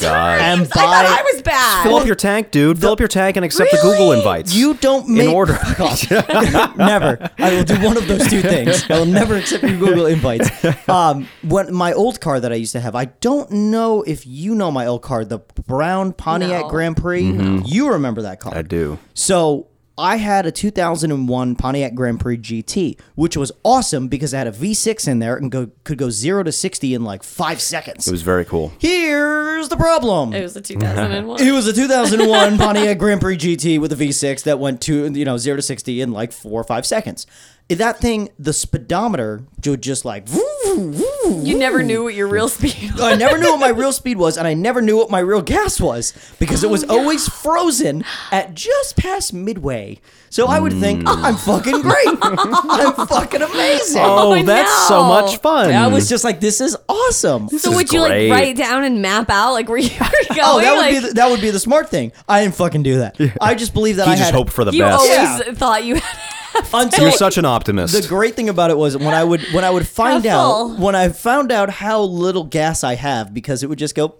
[SPEAKER 1] And
[SPEAKER 2] times. I thought
[SPEAKER 1] by-
[SPEAKER 2] I was bad.
[SPEAKER 3] fill up your tank, dude. Fill up your tank and accept the
[SPEAKER 2] Really?
[SPEAKER 3] Google invites.
[SPEAKER 1] You don't make
[SPEAKER 3] order.
[SPEAKER 1] Fuck off. never. I will do one of those two things. I will never accept your Google invites. Um, when my old car that I used to have, I don't know if you know my old car, the brown Pontiac
[SPEAKER 2] No.
[SPEAKER 1] Grand Prix. You remember that car?
[SPEAKER 3] Mm-hmm. I do.
[SPEAKER 1] So I had a 2001 Pontiac Grand Prix GT, which was awesome because it had a V6 in there and go, could go zero to sixty in like five seconds.
[SPEAKER 3] It was very cool.
[SPEAKER 1] Here's the problem.
[SPEAKER 2] it was a 2001.
[SPEAKER 1] It was a 2001 Pontiac Grand Prix GT with a V6 that went to you know zero to sixty in like four or five seconds. That thing, the speedometer would just like.
[SPEAKER 2] you never knew what your real speed was.
[SPEAKER 1] I never knew what my real speed was, and I never knew what my real gas was because it was
[SPEAKER 3] Oh,
[SPEAKER 1] always frozen at just past midway. So I would think "Oh, I'm fucking great. I'm fucking amazing.
[SPEAKER 3] Mm. Oh,
[SPEAKER 2] Oh,
[SPEAKER 3] that's so
[SPEAKER 2] no.
[SPEAKER 3] much fun.
[SPEAKER 1] I was just like, this is awesome.
[SPEAKER 2] So
[SPEAKER 3] is
[SPEAKER 2] would you
[SPEAKER 3] great.
[SPEAKER 2] like write down and map out like where you were going?
[SPEAKER 1] Oh, that would
[SPEAKER 2] like,
[SPEAKER 1] be the, that would be the smart thing. I didn't fucking do that. I just believe that
[SPEAKER 3] you
[SPEAKER 1] I
[SPEAKER 3] just
[SPEAKER 1] had
[SPEAKER 3] hope for the
[SPEAKER 2] you
[SPEAKER 3] best.
[SPEAKER 2] always
[SPEAKER 1] Yeah.
[SPEAKER 2] thought you had
[SPEAKER 1] until
[SPEAKER 3] You're such an optimist.
[SPEAKER 1] The great thing about it was when I would when I would find
[SPEAKER 2] How
[SPEAKER 1] out
[SPEAKER 2] full?
[SPEAKER 1] when I found out how little gas I have because it would just go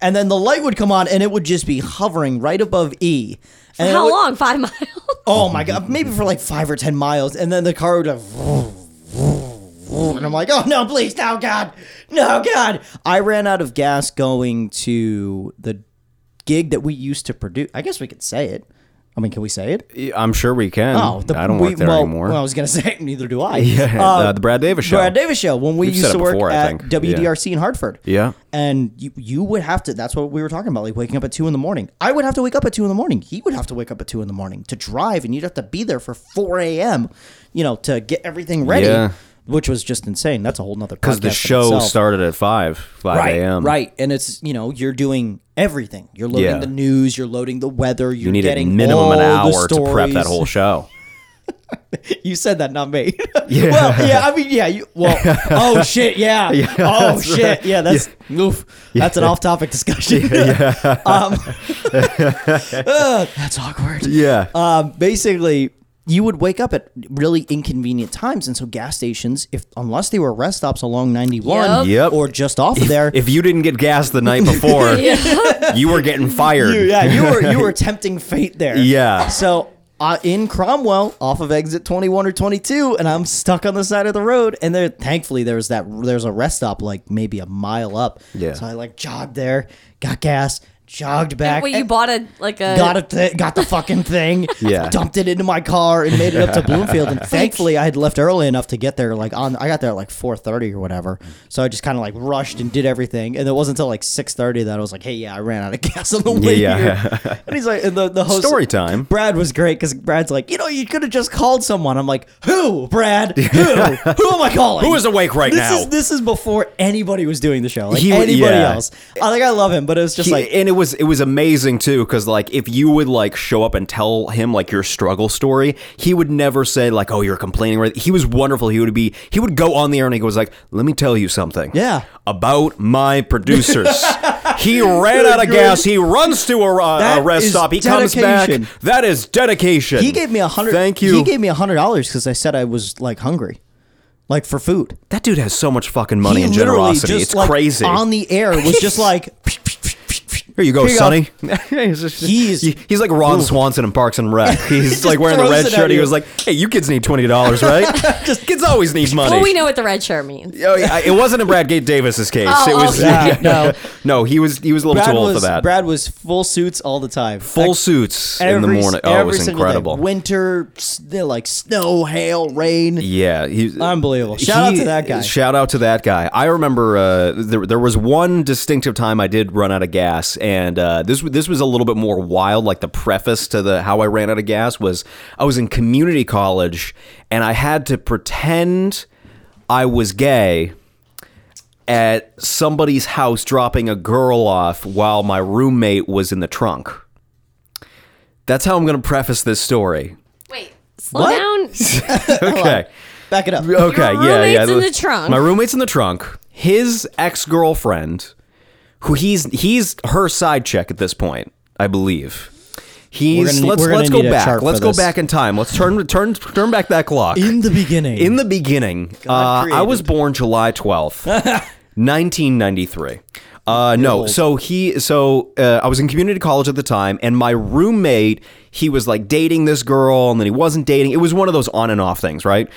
[SPEAKER 1] and then the light would come on and it would just be hovering right above E. And it
[SPEAKER 2] how
[SPEAKER 1] would-
[SPEAKER 2] long? Five miles.
[SPEAKER 1] Oh my god, maybe for like 5 or 10 miles and then the car would like and I'm like, "Oh no, please, no god. No god. I ran out of gas going to the gig that we used to produce. I guess we could say it. I mean, can we say it?
[SPEAKER 3] I'm sure we can.
[SPEAKER 1] Oh, the,
[SPEAKER 3] I don't
[SPEAKER 1] we,
[SPEAKER 3] work there
[SPEAKER 1] well,
[SPEAKER 3] anymore.
[SPEAKER 1] Well, I was gonna say neither do I.
[SPEAKER 3] yeah,
[SPEAKER 1] Uh,
[SPEAKER 3] uh, the Brad Davis show.
[SPEAKER 1] Brad Davis show when we
[SPEAKER 3] We've
[SPEAKER 1] used
[SPEAKER 3] said
[SPEAKER 1] to
[SPEAKER 3] it
[SPEAKER 1] work
[SPEAKER 3] before, I
[SPEAKER 1] at
[SPEAKER 3] think. Yeah.
[SPEAKER 1] WDRC in Hartford.
[SPEAKER 3] Yeah.
[SPEAKER 1] and you you would have to. That's what we were talking about, like waking up at two in the morning. I would have to wake up at two in the morning. He would have to wake up at two in the morning to drive, and you'd have to be there for four a.m. You know to get everything ready,
[SPEAKER 3] Yeah.
[SPEAKER 1] which was just insane. That's a whole nother
[SPEAKER 3] Because
[SPEAKER 1] podcast
[SPEAKER 3] the
[SPEAKER 1] in
[SPEAKER 3] show
[SPEAKER 1] itself.
[SPEAKER 3] started at 5, 5
[SPEAKER 1] right,
[SPEAKER 3] a.m.
[SPEAKER 1] right, and it's you know you're doing everything. You're loading
[SPEAKER 3] Yeah.
[SPEAKER 1] the news, you're loading the weather, you're
[SPEAKER 3] You need a
[SPEAKER 1] getting
[SPEAKER 3] minimum an
[SPEAKER 1] all the
[SPEAKER 3] hour to prep that
[SPEAKER 1] stories.
[SPEAKER 3] whole show.
[SPEAKER 1] You said that, not me. Yeah. well, yeah. I mean, yeah. You, well, oh shit. Yeah. oh shit. Yeah. That's oof. That's an off-topic discussion. um, ugh, that's awkward.
[SPEAKER 3] Yeah.
[SPEAKER 1] Um, basically, you would wake up at really inconvenient times, and so gas stations, if unless they were rest stops along
[SPEAKER 2] Yep.
[SPEAKER 1] 91
[SPEAKER 3] Yep.
[SPEAKER 1] or just off of there,
[SPEAKER 3] if you didn't get gas the night before, you were getting fired.
[SPEAKER 1] you, yeah, you were you were tempting fate there.
[SPEAKER 3] Yeah.
[SPEAKER 1] So uh, in Cromwell, off of exit twenty one or twenty two, and I'm stuck on the side of the road. And there, thankfully, there's that there's a rest stop like maybe a mile up.
[SPEAKER 3] Yeah.
[SPEAKER 1] So I like jogged there, got gas, jogged back.
[SPEAKER 2] Wait, you
[SPEAKER 1] and-
[SPEAKER 2] bought a like a
[SPEAKER 1] Got it. Th- got the fucking thing.
[SPEAKER 3] Yeah.
[SPEAKER 1] Dumped it into my car and made it up to Bloomfield. And thankfully, I had left early enough to get there. Like on, I got there at like four thirty or whatever. So I just kind of like rushed and did everything. And it wasn't until like six thirty that I was like, "Hey, yeah, I ran out of gas on the way
[SPEAKER 3] Yeah.
[SPEAKER 1] here." And he's like, and the the host
[SPEAKER 3] Story time.
[SPEAKER 1] Brad was great because Brad's like, you know, you could have just called someone. I'm like, who? Brad? Who? who am I calling?
[SPEAKER 3] Who is awake right
[SPEAKER 1] this
[SPEAKER 3] now?
[SPEAKER 1] Is, this is before anybody was doing the show. Like
[SPEAKER 3] He-
[SPEAKER 1] anybody
[SPEAKER 3] yeah.
[SPEAKER 1] else. I like I love him, but it was just
[SPEAKER 3] He-
[SPEAKER 1] like
[SPEAKER 3] and it was it was amazing too because like if you would like show up and tell him like your struggle story he would never say like oh you're complaining right he was wonderful he would be he would go on the air and he was like let me tell you something
[SPEAKER 1] Yeah.
[SPEAKER 3] about my producers he ran out of gas he runs to a, a
[SPEAKER 1] That
[SPEAKER 3] rest
[SPEAKER 1] is
[SPEAKER 3] stop he comes
[SPEAKER 1] dedication.
[SPEAKER 3] back that is dedication
[SPEAKER 1] He gave me a hundred.
[SPEAKER 3] thank you
[SPEAKER 1] He gave me a hundred dollars because I said I was like hungry, like for food.
[SPEAKER 3] that dude has so much fucking money
[SPEAKER 1] he
[SPEAKER 3] and
[SPEAKER 1] literally
[SPEAKER 3] generosity
[SPEAKER 1] just,
[SPEAKER 3] it's
[SPEAKER 1] like,
[SPEAKER 3] crazy
[SPEAKER 1] On the air was just like
[SPEAKER 3] Here you go,
[SPEAKER 1] Here you go.
[SPEAKER 3] Sonny. he's, just-
[SPEAKER 1] He's-
[SPEAKER 3] he- he's like Ron Swanson in Parks and Rec. He's
[SPEAKER 1] just
[SPEAKER 3] like wearing the
[SPEAKER 1] throws
[SPEAKER 3] red
[SPEAKER 1] it at
[SPEAKER 3] shirt. He
[SPEAKER 1] you.
[SPEAKER 3] was like, "Hey, you kids need twenty dollars, right? just kids always need money."
[SPEAKER 2] Well, Oh, we know what the red shirt means.
[SPEAKER 3] Oh, yeah, it wasn't in Brad Gate Davis's case.
[SPEAKER 2] Oh,
[SPEAKER 3] it was
[SPEAKER 2] okay.
[SPEAKER 1] Yeah, no.
[SPEAKER 3] no, he was he was a little
[SPEAKER 1] Brad
[SPEAKER 3] too old
[SPEAKER 1] was
[SPEAKER 3] for that.
[SPEAKER 1] Brad was full suits all the time.
[SPEAKER 3] Full
[SPEAKER 1] Like,
[SPEAKER 3] suits in the
[SPEAKER 1] every-
[SPEAKER 3] morning. Oh, it
[SPEAKER 1] every
[SPEAKER 3] was
[SPEAKER 1] single day.
[SPEAKER 3] incredible.
[SPEAKER 1] Winter, s- they're like snow, hail, rain.
[SPEAKER 3] Yeah, he's
[SPEAKER 1] Unbelievable. Shout out to that guy.
[SPEAKER 3] Shout out to that guy. I remember uh, there, there was one distinctive time I did run out of gas, and uh, this w- this was a little bit more wild. Like the preface to the how I ran out of gas was I was in community college, and I had to pretend I was gay at somebody's house dropping a girl off while my roommate was in the trunk. That's how I'm going to preface this story.
[SPEAKER 2] Wait, slow
[SPEAKER 1] What?
[SPEAKER 2] down.
[SPEAKER 3] Okay.
[SPEAKER 1] Back it up.
[SPEAKER 3] Okay,
[SPEAKER 2] Your
[SPEAKER 3] yeah, yeah.
[SPEAKER 2] roommate's in the trunk.
[SPEAKER 3] My roommate's in the trunk. His ex girlfriend, who he's he's her side check at this point, I believe.
[SPEAKER 1] We're
[SPEAKER 3] He's
[SPEAKER 1] gonna need-
[SPEAKER 3] let's
[SPEAKER 1] we're gonna
[SPEAKER 3] let's go
[SPEAKER 1] need a chart
[SPEAKER 3] back.
[SPEAKER 1] for
[SPEAKER 3] Let's go
[SPEAKER 1] this.
[SPEAKER 3] back in time. Let's turn turn turn back that clock.
[SPEAKER 1] In the beginning,
[SPEAKER 3] In the beginning, uh, I
[SPEAKER 1] created.
[SPEAKER 3] was born July 12th, 1993. Uh, no, so he, so uh, I was in community college at the time, and my roommate, he was like dating this girl, and then he wasn't dating. It was one of those on and off things, right?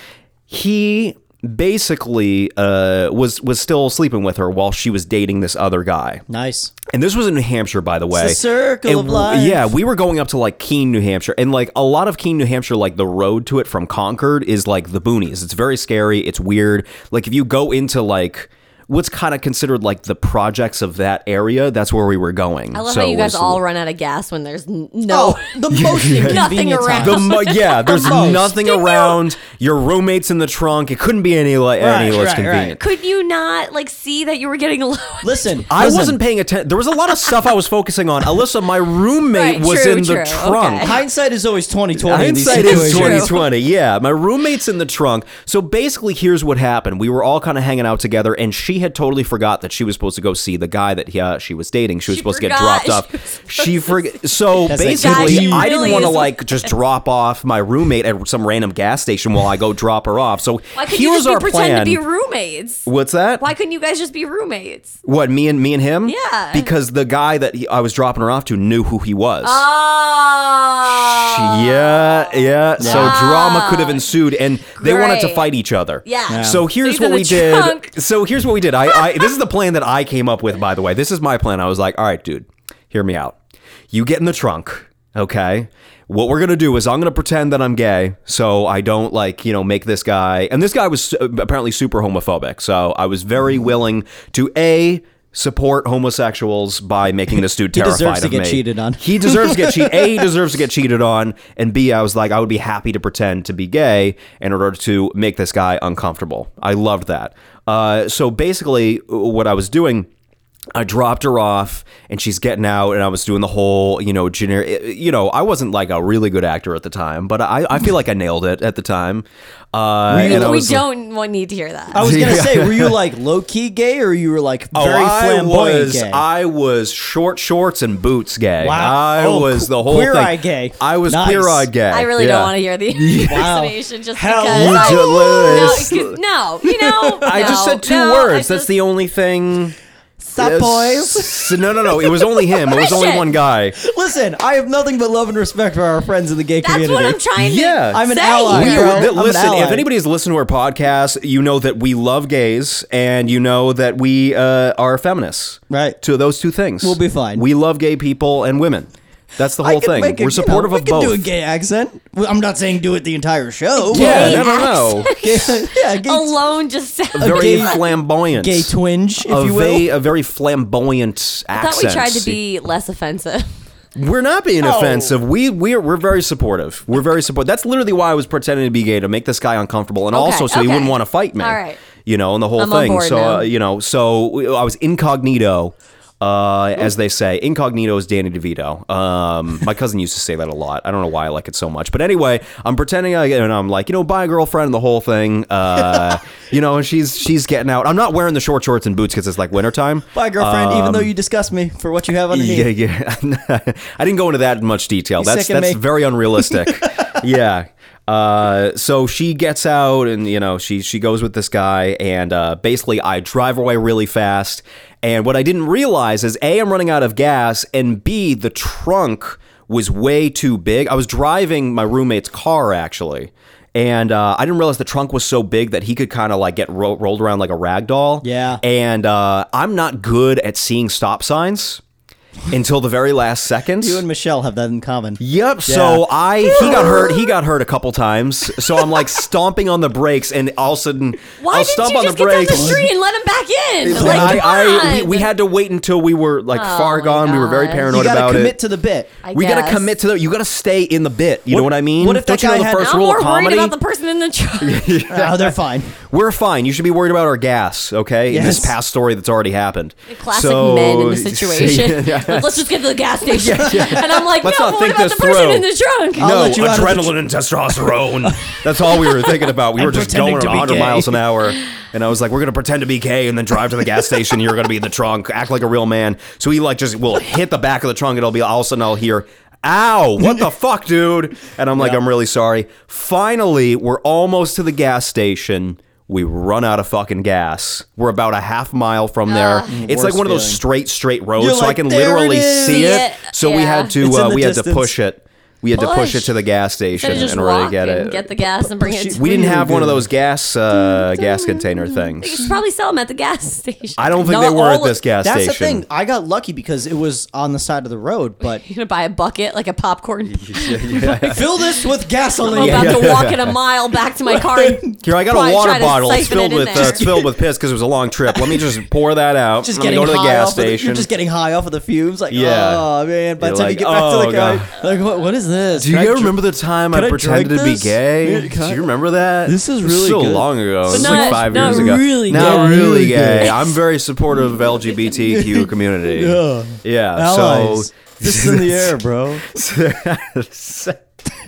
[SPEAKER 3] He basically uh, was was still sleeping with her while she was dating this other guy.
[SPEAKER 1] nice.
[SPEAKER 3] And this was in New Hampshire, by the way.
[SPEAKER 1] the circle
[SPEAKER 3] And
[SPEAKER 1] of
[SPEAKER 3] w-
[SPEAKER 1] life.
[SPEAKER 3] Yeah, we were going up to like Keene, New Hampshire, and like a lot of Keene, New Hampshire, like the road to it from Concord is like the boonies. It's very scary. It's weird. Like if you go into like what's kind of considered like the projects of that area, that's where we were going.
[SPEAKER 2] I love how you guys all run out of gas when there's n- no.
[SPEAKER 1] Oh, the most
[SPEAKER 2] Nothing
[SPEAKER 1] inconvenient time.
[SPEAKER 2] around.
[SPEAKER 3] The mo- yeah, there's
[SPEAKER 1] Almost.
[SPEAKER 3] nothing around. Your roommate's in the trunk. It couldn't be any like any
[SPEAKER 1] Right,
[SPEAKER 3] less
[SPEAKER 1] right,
[SPEAKER 3] convenient.
[SPEAKER 1] right.
[SPEAKER 2] Could you not like see that you were getting low?
[SPEAKER 1] Listen,
[SPEAKER 3] I
[SPEAKER 1] listen.
[SPEAKER 3] wasn't paying attention. There was a lot of stuff I was focusing on. Alyssa, my roommate
[SPEAKER 2] Right,
[SPEAKER 3] was
[SPEAKER 2] true,
[SPEAKER 3] in the
[SPEAKER 2] true,
[SPEAKER 3] trunk.
[SPEAKER 2] okay.
[SPEAKER 1] Hindsight is always twenty twenty.
[SPEAKER 3] Hindsight is
[SPEAKER 2] situations.
[SPEAKER 3] twenty twenty. Yeah, my roommate's in the trunk. So basically, here's what happened: we were all kind of hanging out together, and she had totally forgot that she was supposed to go see the guy that uh, she was dating. She was
[SPEAKER 2] She
[SPEAKER 3] supposed to get
[SPEAKER 2] forgot.
[SPEAKER 3] dropped off. She forgot. So
[SPEAKER 1] That's like,
[SPEAKER 3] basically,
[SPEAKER 1] God, she
[SPEAKER 3] I didn't
[SPEAKER 2] really
[SPEAKER 3] want to
[SPEAKER 2] is-
[SPEAKER 3] like just drop off my roommate at some random gas station while I go drop her off. So
[SPEAKER 2] Why could you
[SPEAKER 3] here's
[SPEAKER 2] just be
[SPEAKER 3] our
[SPEAKER 2] pretend
[SPEAKER 3] plan.
[SPEAKER 2] to be roommates?
[SPEAKER 3] What's that?
[SPEAKER 2] Why couldn't you guys just be roommates?
[SPEAKER 3] What me and me and him?
[SPEAKER 2] Yeah.
[SPEAKER 3] because the guy that he, I was dropping her off to knew who he was.
[SPEAKER 2] Oh.
[SPEAKER 3] Yeah, yeah. So drama could have ensued, and they wanted to
[SPEAKER 2] Great.
[SPEAKER 3] fight each other.
[SPEAKER 2] Yeah. Yeah.
[SPEAKER 3] So here's
[SPEAKER 2] So you
[SPEAKER 3] what we
[SPEAKER 2] did the
[SPEAKER 3] did.
[SPEAKER 2] trunk.
[SPEAKER 3] So here's what we did. I, I this is the plan that I came up with. By the way, this is my plan. I was like, all right, dude, hear me out. You get in the trunk, okay? What we're gonna do is I'm gonna pretend that I'm gay, so I don't like you know make this guy. And this guy was uh, apparently super homophobic, so I was
[SPEAKER 1] Mm.
[SPEAKER 3] very willing to a support homosexuals by making this dude terrified
[SPEAKER 1] deserves to
[SPEAKER 3] of
[SPEAKER 1] get
[SPEAKER 3] me.
[SPEAKER 1] cheated on.
[SPEAKER 3] He deserves to get cheated. A he deserves to get cheated on, and B I was like, I would be happy to pretend to be gay in order to make this guy uncomfortable. I loved that. Uh, so basically, what I was doing I dropped her off and she's getting out and I was doing the whole, you know, generic, eh, you know, I wasn't like a really good actor at the time, but I, I feel like I nailed it at the time. Uh,
[SPEAKER 1] Were you-
[SPEAKER 3] and I
[SPEAKER 2] we
[SPEAKER 3] was like-
[SPEAKER 2] don't want need to hear that.
[SPEAKER 1] I was gonna say, were you like low key gay or you were like
[SPEAKER 3] Oh,
[SPEAKER 1] very
[SPEAKER 3] I
[SPEAKER 1] flamboyant
[SPEAKER 3] was,
[SPEAKER 1] gay?
[SPEAKER 3] I was short shorts and boots gay.
[SPEAKER 1] Wow.
[SPEAKER 3] I
[SPEAKER 1] Oh,
[SPEAKER 3] was
[SPEAKER 1] que-
[SPEAKER 3] the whole
[SPEAKER 1] queer
[SPEAKER 3] thing.
[SPEAKER 1] eye gay.
[SPEAKER 3] I was
[SPEAKER 1] Nice.
[SPEAKER 3] queer eye gay.
[SPEAKER 2] I really
[SPEAKER 3] Yeah.
[SPEAKER 2] don't want to hear the impersonation just
[SPEAKER 1] Hell,
[SPEAKER 2] because. I,
[SPEAKER 3] Would you
[SPEAKER 2] no,
[SPEAKER 3] lose?
[SPEAKER 2] excuse- no, you know.
[SPEAKER 3] I just
[SPEAKER 2] no,
[SPEAKER 3] said two
[SPEAKER 2] no, I
[SPEAKER 3] words. That's
[SPEAKER 2] just-
[SPEAKER 3] the only thing.
[SPEAKER 1] Stop, boys.
[SPEAKER 3] S- No, no, no. It was only him. It was only
[SPEAKER 2] Christian.
[SPEAKER 3] one guy.
[SPEAKER 1] Listen, I have nothing but love and respect for our friends in the gay
[SPEAKER 2] That's
[SPEAKER 1] community.
[SPEAKER 2] what I'm trying to.
[SPEAKER 3] Yeah.
[SPEAKER 1] I'm an
[SPEAKER 2] say
[SPEAKER 1] ally,
[SPEAKER 2] here.
[SPEAKER 1] bro. I'm
[SPEAKER 3] Th-
[SPEAKER 1] an
[SPEAKER 3] listen, if
[SPEAKER 1] ally.
[SPEAKER 3] anybody's listened to our podcast, you know that we love gays and you know that we uh, are feminists.
[SPEAKER 1] Right.
[SPEAKER 3] To those two things.
[SPEAKER 1] We'll be fine.
[SPEAKER 3] We love gay people and women. That's the
[SPEAKER 1] I
[SPEAKER 3] whole
[SPEAKER 1] can
[SPEAKER 3] thing.
[SPEAKER 1] make a-
[SPEAKER 3] We're
[SPEAKER 1] you know,
[SPEAKER 3] supportive
[SPEAKER 1] we
[SPEAKER 3] of
[SPEAKER 1] can
[SPEAKER 3] both.
[SPEAKER 1] do a gay accent. Well, I'm not saying do it the entire show.
[SPEAKER 3] yeah,
[SPEAKER 2] Gay
[SPEAKER 3] no, no, no.
[SPEAKER 1] but- yeah, gay,
[SPEAKER 2] Alone just sounds.
[SPEAKER 3] Very
[SPEAKER 1] gay-
[SPEAKER 3] flamboyant.
[SPEAKER 1] gay twinge, if
[SPEAKER 3] a,
[SPEAKER 1] you will.
[SPEAKER 3] ve- a very flamboyant
[SPEAKER 2] I
[SPEAKER 3] accent.
[SPEAKER 2] thought we tried to be less offensive.
[SPEAKER 3] We're not being
[SPEAKER 2] Oh.
[SPEAKER 3] offensive. We we're we're very supportive. We're very supportive. That's literally why I was pretending to be gay to make this guy uncomfortable, and
[SPEAKER 2] Okay,
[SPEAKER 3] also so
[SPEAKER 2] okay.
[SPEAKER 3] he wouldn't want to fight me.
[SPEAKER 2] All right.
[SPEAKER 3] You know, and the whole
[SPEAKER 2] I'm on
[SPEAKER 3] thing.
[SPEAKER 2] board
[SPEAKER 3] so uh,
[SPEAKER 2] now.
[SPEAKER 3] you know, so we- I was incognito. Uh, as they say, incognito is Danny DeVito. Um, my cousin used to say that a lot. I don't know why I like it so much, but anyway, I'm pretending I and I'm like, you know, buy a girlfriend, the whole thing. Uh, you know, and she's she's getting out. I'm not wearing the short shorts and boots because it's like wintertime. Um,
[SPEAKER 1] Bye, girlfriend. even though you disgust me for what you have underneath.
[SPEAKER 3] Yeah, yeah. I didn't go into that in much detail. that's
[SPEAKER 1] sick of
[SPEAKER 3] that's
[SPEAKER 1] me.
[SPEAKER 3] very unrealistic. yeah. Uh, so she gets out, and you know, she she goes with this guy, and uh, basically, I drive away really fast. And what I didn't realize is, a, I'm running out of gas, and b, the trunk was way too big. I was driving my roommate's car actually. And uh, I didn't realize the trunk was so big that he could kind of like get ro- rolled around like a rag doll.
[SPEAKER 1] Yeah.
[SPEAKER 3] And uh, I'm not good at seeing stop signs until the very last second.
[SPEAKER 1] You and Michelle have that in common.
[SPEAKER 3] Yep.
[SPEAKER 1] Yeah.
[SPEAKER 3] So I he got hurt. He got hurt a couple times. So I'm like stomping on the brakes, and all of a sudden
[SPEAKER 2] Why
[SPEAKER 3] I'll
[SPEAKER 2] didn't
[SPEAKER 3] stomp
[SPEAKER 2] you
[SPEAKER 3] on the
[SPEAKER 2] just get down
[SPEAKER 3] brakes.
[SPEAKER 2] the street and let him back in?
[SPEAKER 3] And
[SPEAKER 2] Like,
[SPEAKER 3] I,
[SPEAKER 2] come
[SPEAKER 3] I we,
[SPEAKER 2] on. Oh
[SPEAKER 3] we had to wait until we were like far
[SPEAKER 2] my
[SPEAKER 3] gone. We were very
[SPEAKER 2] gosh.
[SPEAKER 3] paranoid
[SPEAKER 1] You gotta
[SPEAKER 3] about
[SPEAKER 1] commit
[SPEAKER 3] it.
[SPEAKER 1] to the bit.
[SPEAKER 2] I
[SPEAKER 3] we gotta
[SPEAKER 2] guess.
[SPEAKER 3] commit to the. You gotta stay in the bit. You know what I mean?
[SPEAKER 1] what if that
[SPEAKER 3] Don't you know
[SPEAKER 1] guy
[SPEAKER 3] the
[SPEAKER 1] had-
[SPEAKER 3] first
[SPEAKER 2] I'm
[SPEAKER 3] rule
[SPEAKER 2] more
[SPEAKER 3] of comedy?
[SPEAKER 2] worried about the person in the truck.
[SPEAKER 1] Oh, they're fine.
[SPEAKER 3] We're fine. You should be worried about our gas, okay? In this
[SPEAKER 1] Yes.
[SPEAKER 3] past story that's already happened.
[SPEAKER 2] Classic
[SPEAKER 3] So-
[SPEAKER 2] men in the situation.
[SPEAKER 3] Yeah.
[SPEAKER 2] Like, let's just get to the gas station. And I'm like,
[SPEAKER 3] Let's
[SPEAKER 2] no,
[SPEAKER 3] not
[SPEAKER 2] what
[SPEAKER 3] think
[SPEAKER 2] about the
[SPEAKER 3] this
[SPEAKER 2] person
[SPEAKER 3] through.
[SPEAKER 2] in the trunk?
[SPEAKER 1] I'll let you out of the
[SPEAKER 3] and testosterone. That's all we were thinking about. We were just
[SPEAKER 1] pretending
[SPEAKER 3] going
[SPEAKER 1] to be
[SPEAKER 3] 100
[SPEAKER 1] gay.
[SPEAKER 3] miles an hour. And I was like, we're going to pretend to be gay and then drive to the gas station. You're going to be in the trunk. Act like a real man. So he like just will hit the back of the trunk and it'll be all of a sudden I'll hear, ow, what the fuck, dude? And I'm like, I'm really sorry. Finally, we're almost to the gas station. We run out of fucking gas. We're about a half mile from there. it's
[SPEAKER 1] Ah.
[SPEAKER 3] like
[SPEAKER 1] Worst
[SPEAKER 3] one of those
[SPEAKER 1] feeling.
[SPEAKER 3] straight, straight roads,
[SPEAKER 1] You're
[SPEAKER 3] so I
[SPEAKER 1] like,
[SPEAKER 3] can
[SPEAKER 1] "There it
[SPEAKER 3] literally
[SPEAKER 1] is."
[SPEAKER 3] see it.
[SPEAKER 2] Yeah,
[SPEAKER 3] So we
[SPEAKER 2] yeah.
[SPEAKER 3] had to
[SPEAKER 1] It's in
[SPEAKER 3] uh,
[SPEAKER 1] the
[SPEAKER 3] we had to
[SPEAKER 1] distance.
[SPEAKER 3] push it. We had to push
[SPEAKER 2] Push.
[SPEAKER 3] it to the gas station
[SPEAKER 2] Instead of
[SPEAKER 3] in
[SPEAKER 2] just
[SPEAKER 3] order to
[SPEAKER 2] walk
[SPEAKER 3] get
[SPEAKER 2] and
[SPEAKER 3] it.
[SPEAKER 2] get the gas and bring it.
[SPEAKER 1] She-
[SPEAKER 2] To
[SPEAKER 3] we didn't have one of
[SPEAKER 1] Really
[SPEAKER 3] those gas uh, gas container
[SPEAKER 2] You
[SPEAKER 3] things.
[SPEAKER 2] should probably sell them at the gas station.
[SPEAKER 3] I don't think
[SPEAKER 2] Not
[SPEAKER 3] they were at
[SPEAKER 2] all-
[SPEAKER 3] this gas
[SPEAKER 1] That's
[SPEAKER 3] station.
[SPEAKER 1] the thing. I got lucky because it was on the side of the road, but
[SPEAKER 2] You're gonna buy a bucket like a popcorn.
[SPEAKER 1] fill this with gasoline.
[SPEAKER 2] I'm about to walk it a mile back to my car. and
[SPEAKER 3] Here I got
[SPEAKER 2] probably
[SPEAKER 3] a water
[SPEAKER 2] try to
[SPEAKER 3] bottle. It's
[SPEAKER 2] siphon it
[SPEAKER 3] filled
[SPEAKER 2] in
[SPEAKER 3] with uh,
[SPEAKER 2] there.
[SPEAKER 3] it's filled with piss because it was a long trip. Let me just pour that out.
[SPEAKER 1] Just
[SPEAKER 3] Let me
[SPEAKER 1] getting
[SPEAKER 3] go to the
[SPEAKER 1] high
[SPEAKER 3] gas
[SPEAKER 1] off of the-
[SPEAKER 3] station.
[SPEAKER 1] you're just getting high off of the fumes. Like,
[SPEAKER 3] Yeah.
[SPEAKER 1] oh man. By the
[SPEAKER 3] You're
[SPEAKER 1] time
[SPEAKER 3] like,
[SPEAKER 1] you get back to
[SPEAKER 3] "Oh,
[SPEAKER 1] the car, like, what, what is this?
[SPEAKER 3] do you
[SPEAKER 1] Can I
[SPEAKER 3] guys
[SPEAKER 1] dr-
[SPEAKER 3] remember the time
[SPEAKER 1] Can
[SPEAKER 3] I
[SPEAKER 1] I
[SPEAKER 3] pretended
[SPEAKER 1] drink
[SPEAKER 3] to be
[SPEAKER 1] this?
[SPEAKER 3] gay?
[SPEAKER 1] Yeah, can
[SPEAKER 3] Do
[SPEAKER 1] I-
[SPEAKER 3] you remember that?
[SPEAKER 1] This is
[SPEAKER 3] It was
[SPEAKER 1] really
[SPEAKER 3] so
[SPEAKER 1] good.
[SPEAKER 3] long ago. It was
[SPEAKER 2] But
[SPEAKER 3] like
[SPEAKER 2] not-
[SPEAKER 3] five
[SPEAKER 2] not
[SPEAKER 3] years ago.
[SPEAKER 2] really
[SPEAKER 3] Not
[SPEAKER 1] gay.
[SPEAKER 3] really
[SPEAKER 1] Really gay.
[SPEAKER 3] gay. I'm very supportive of LGBTQ community.
[SPEAKER 1] Yeah.
[SPEAKER 3] Yeah.
[SPEAKER 1] Allies.
[SPEAKER 3] So
[SPEAKER 1] This in the air, bro.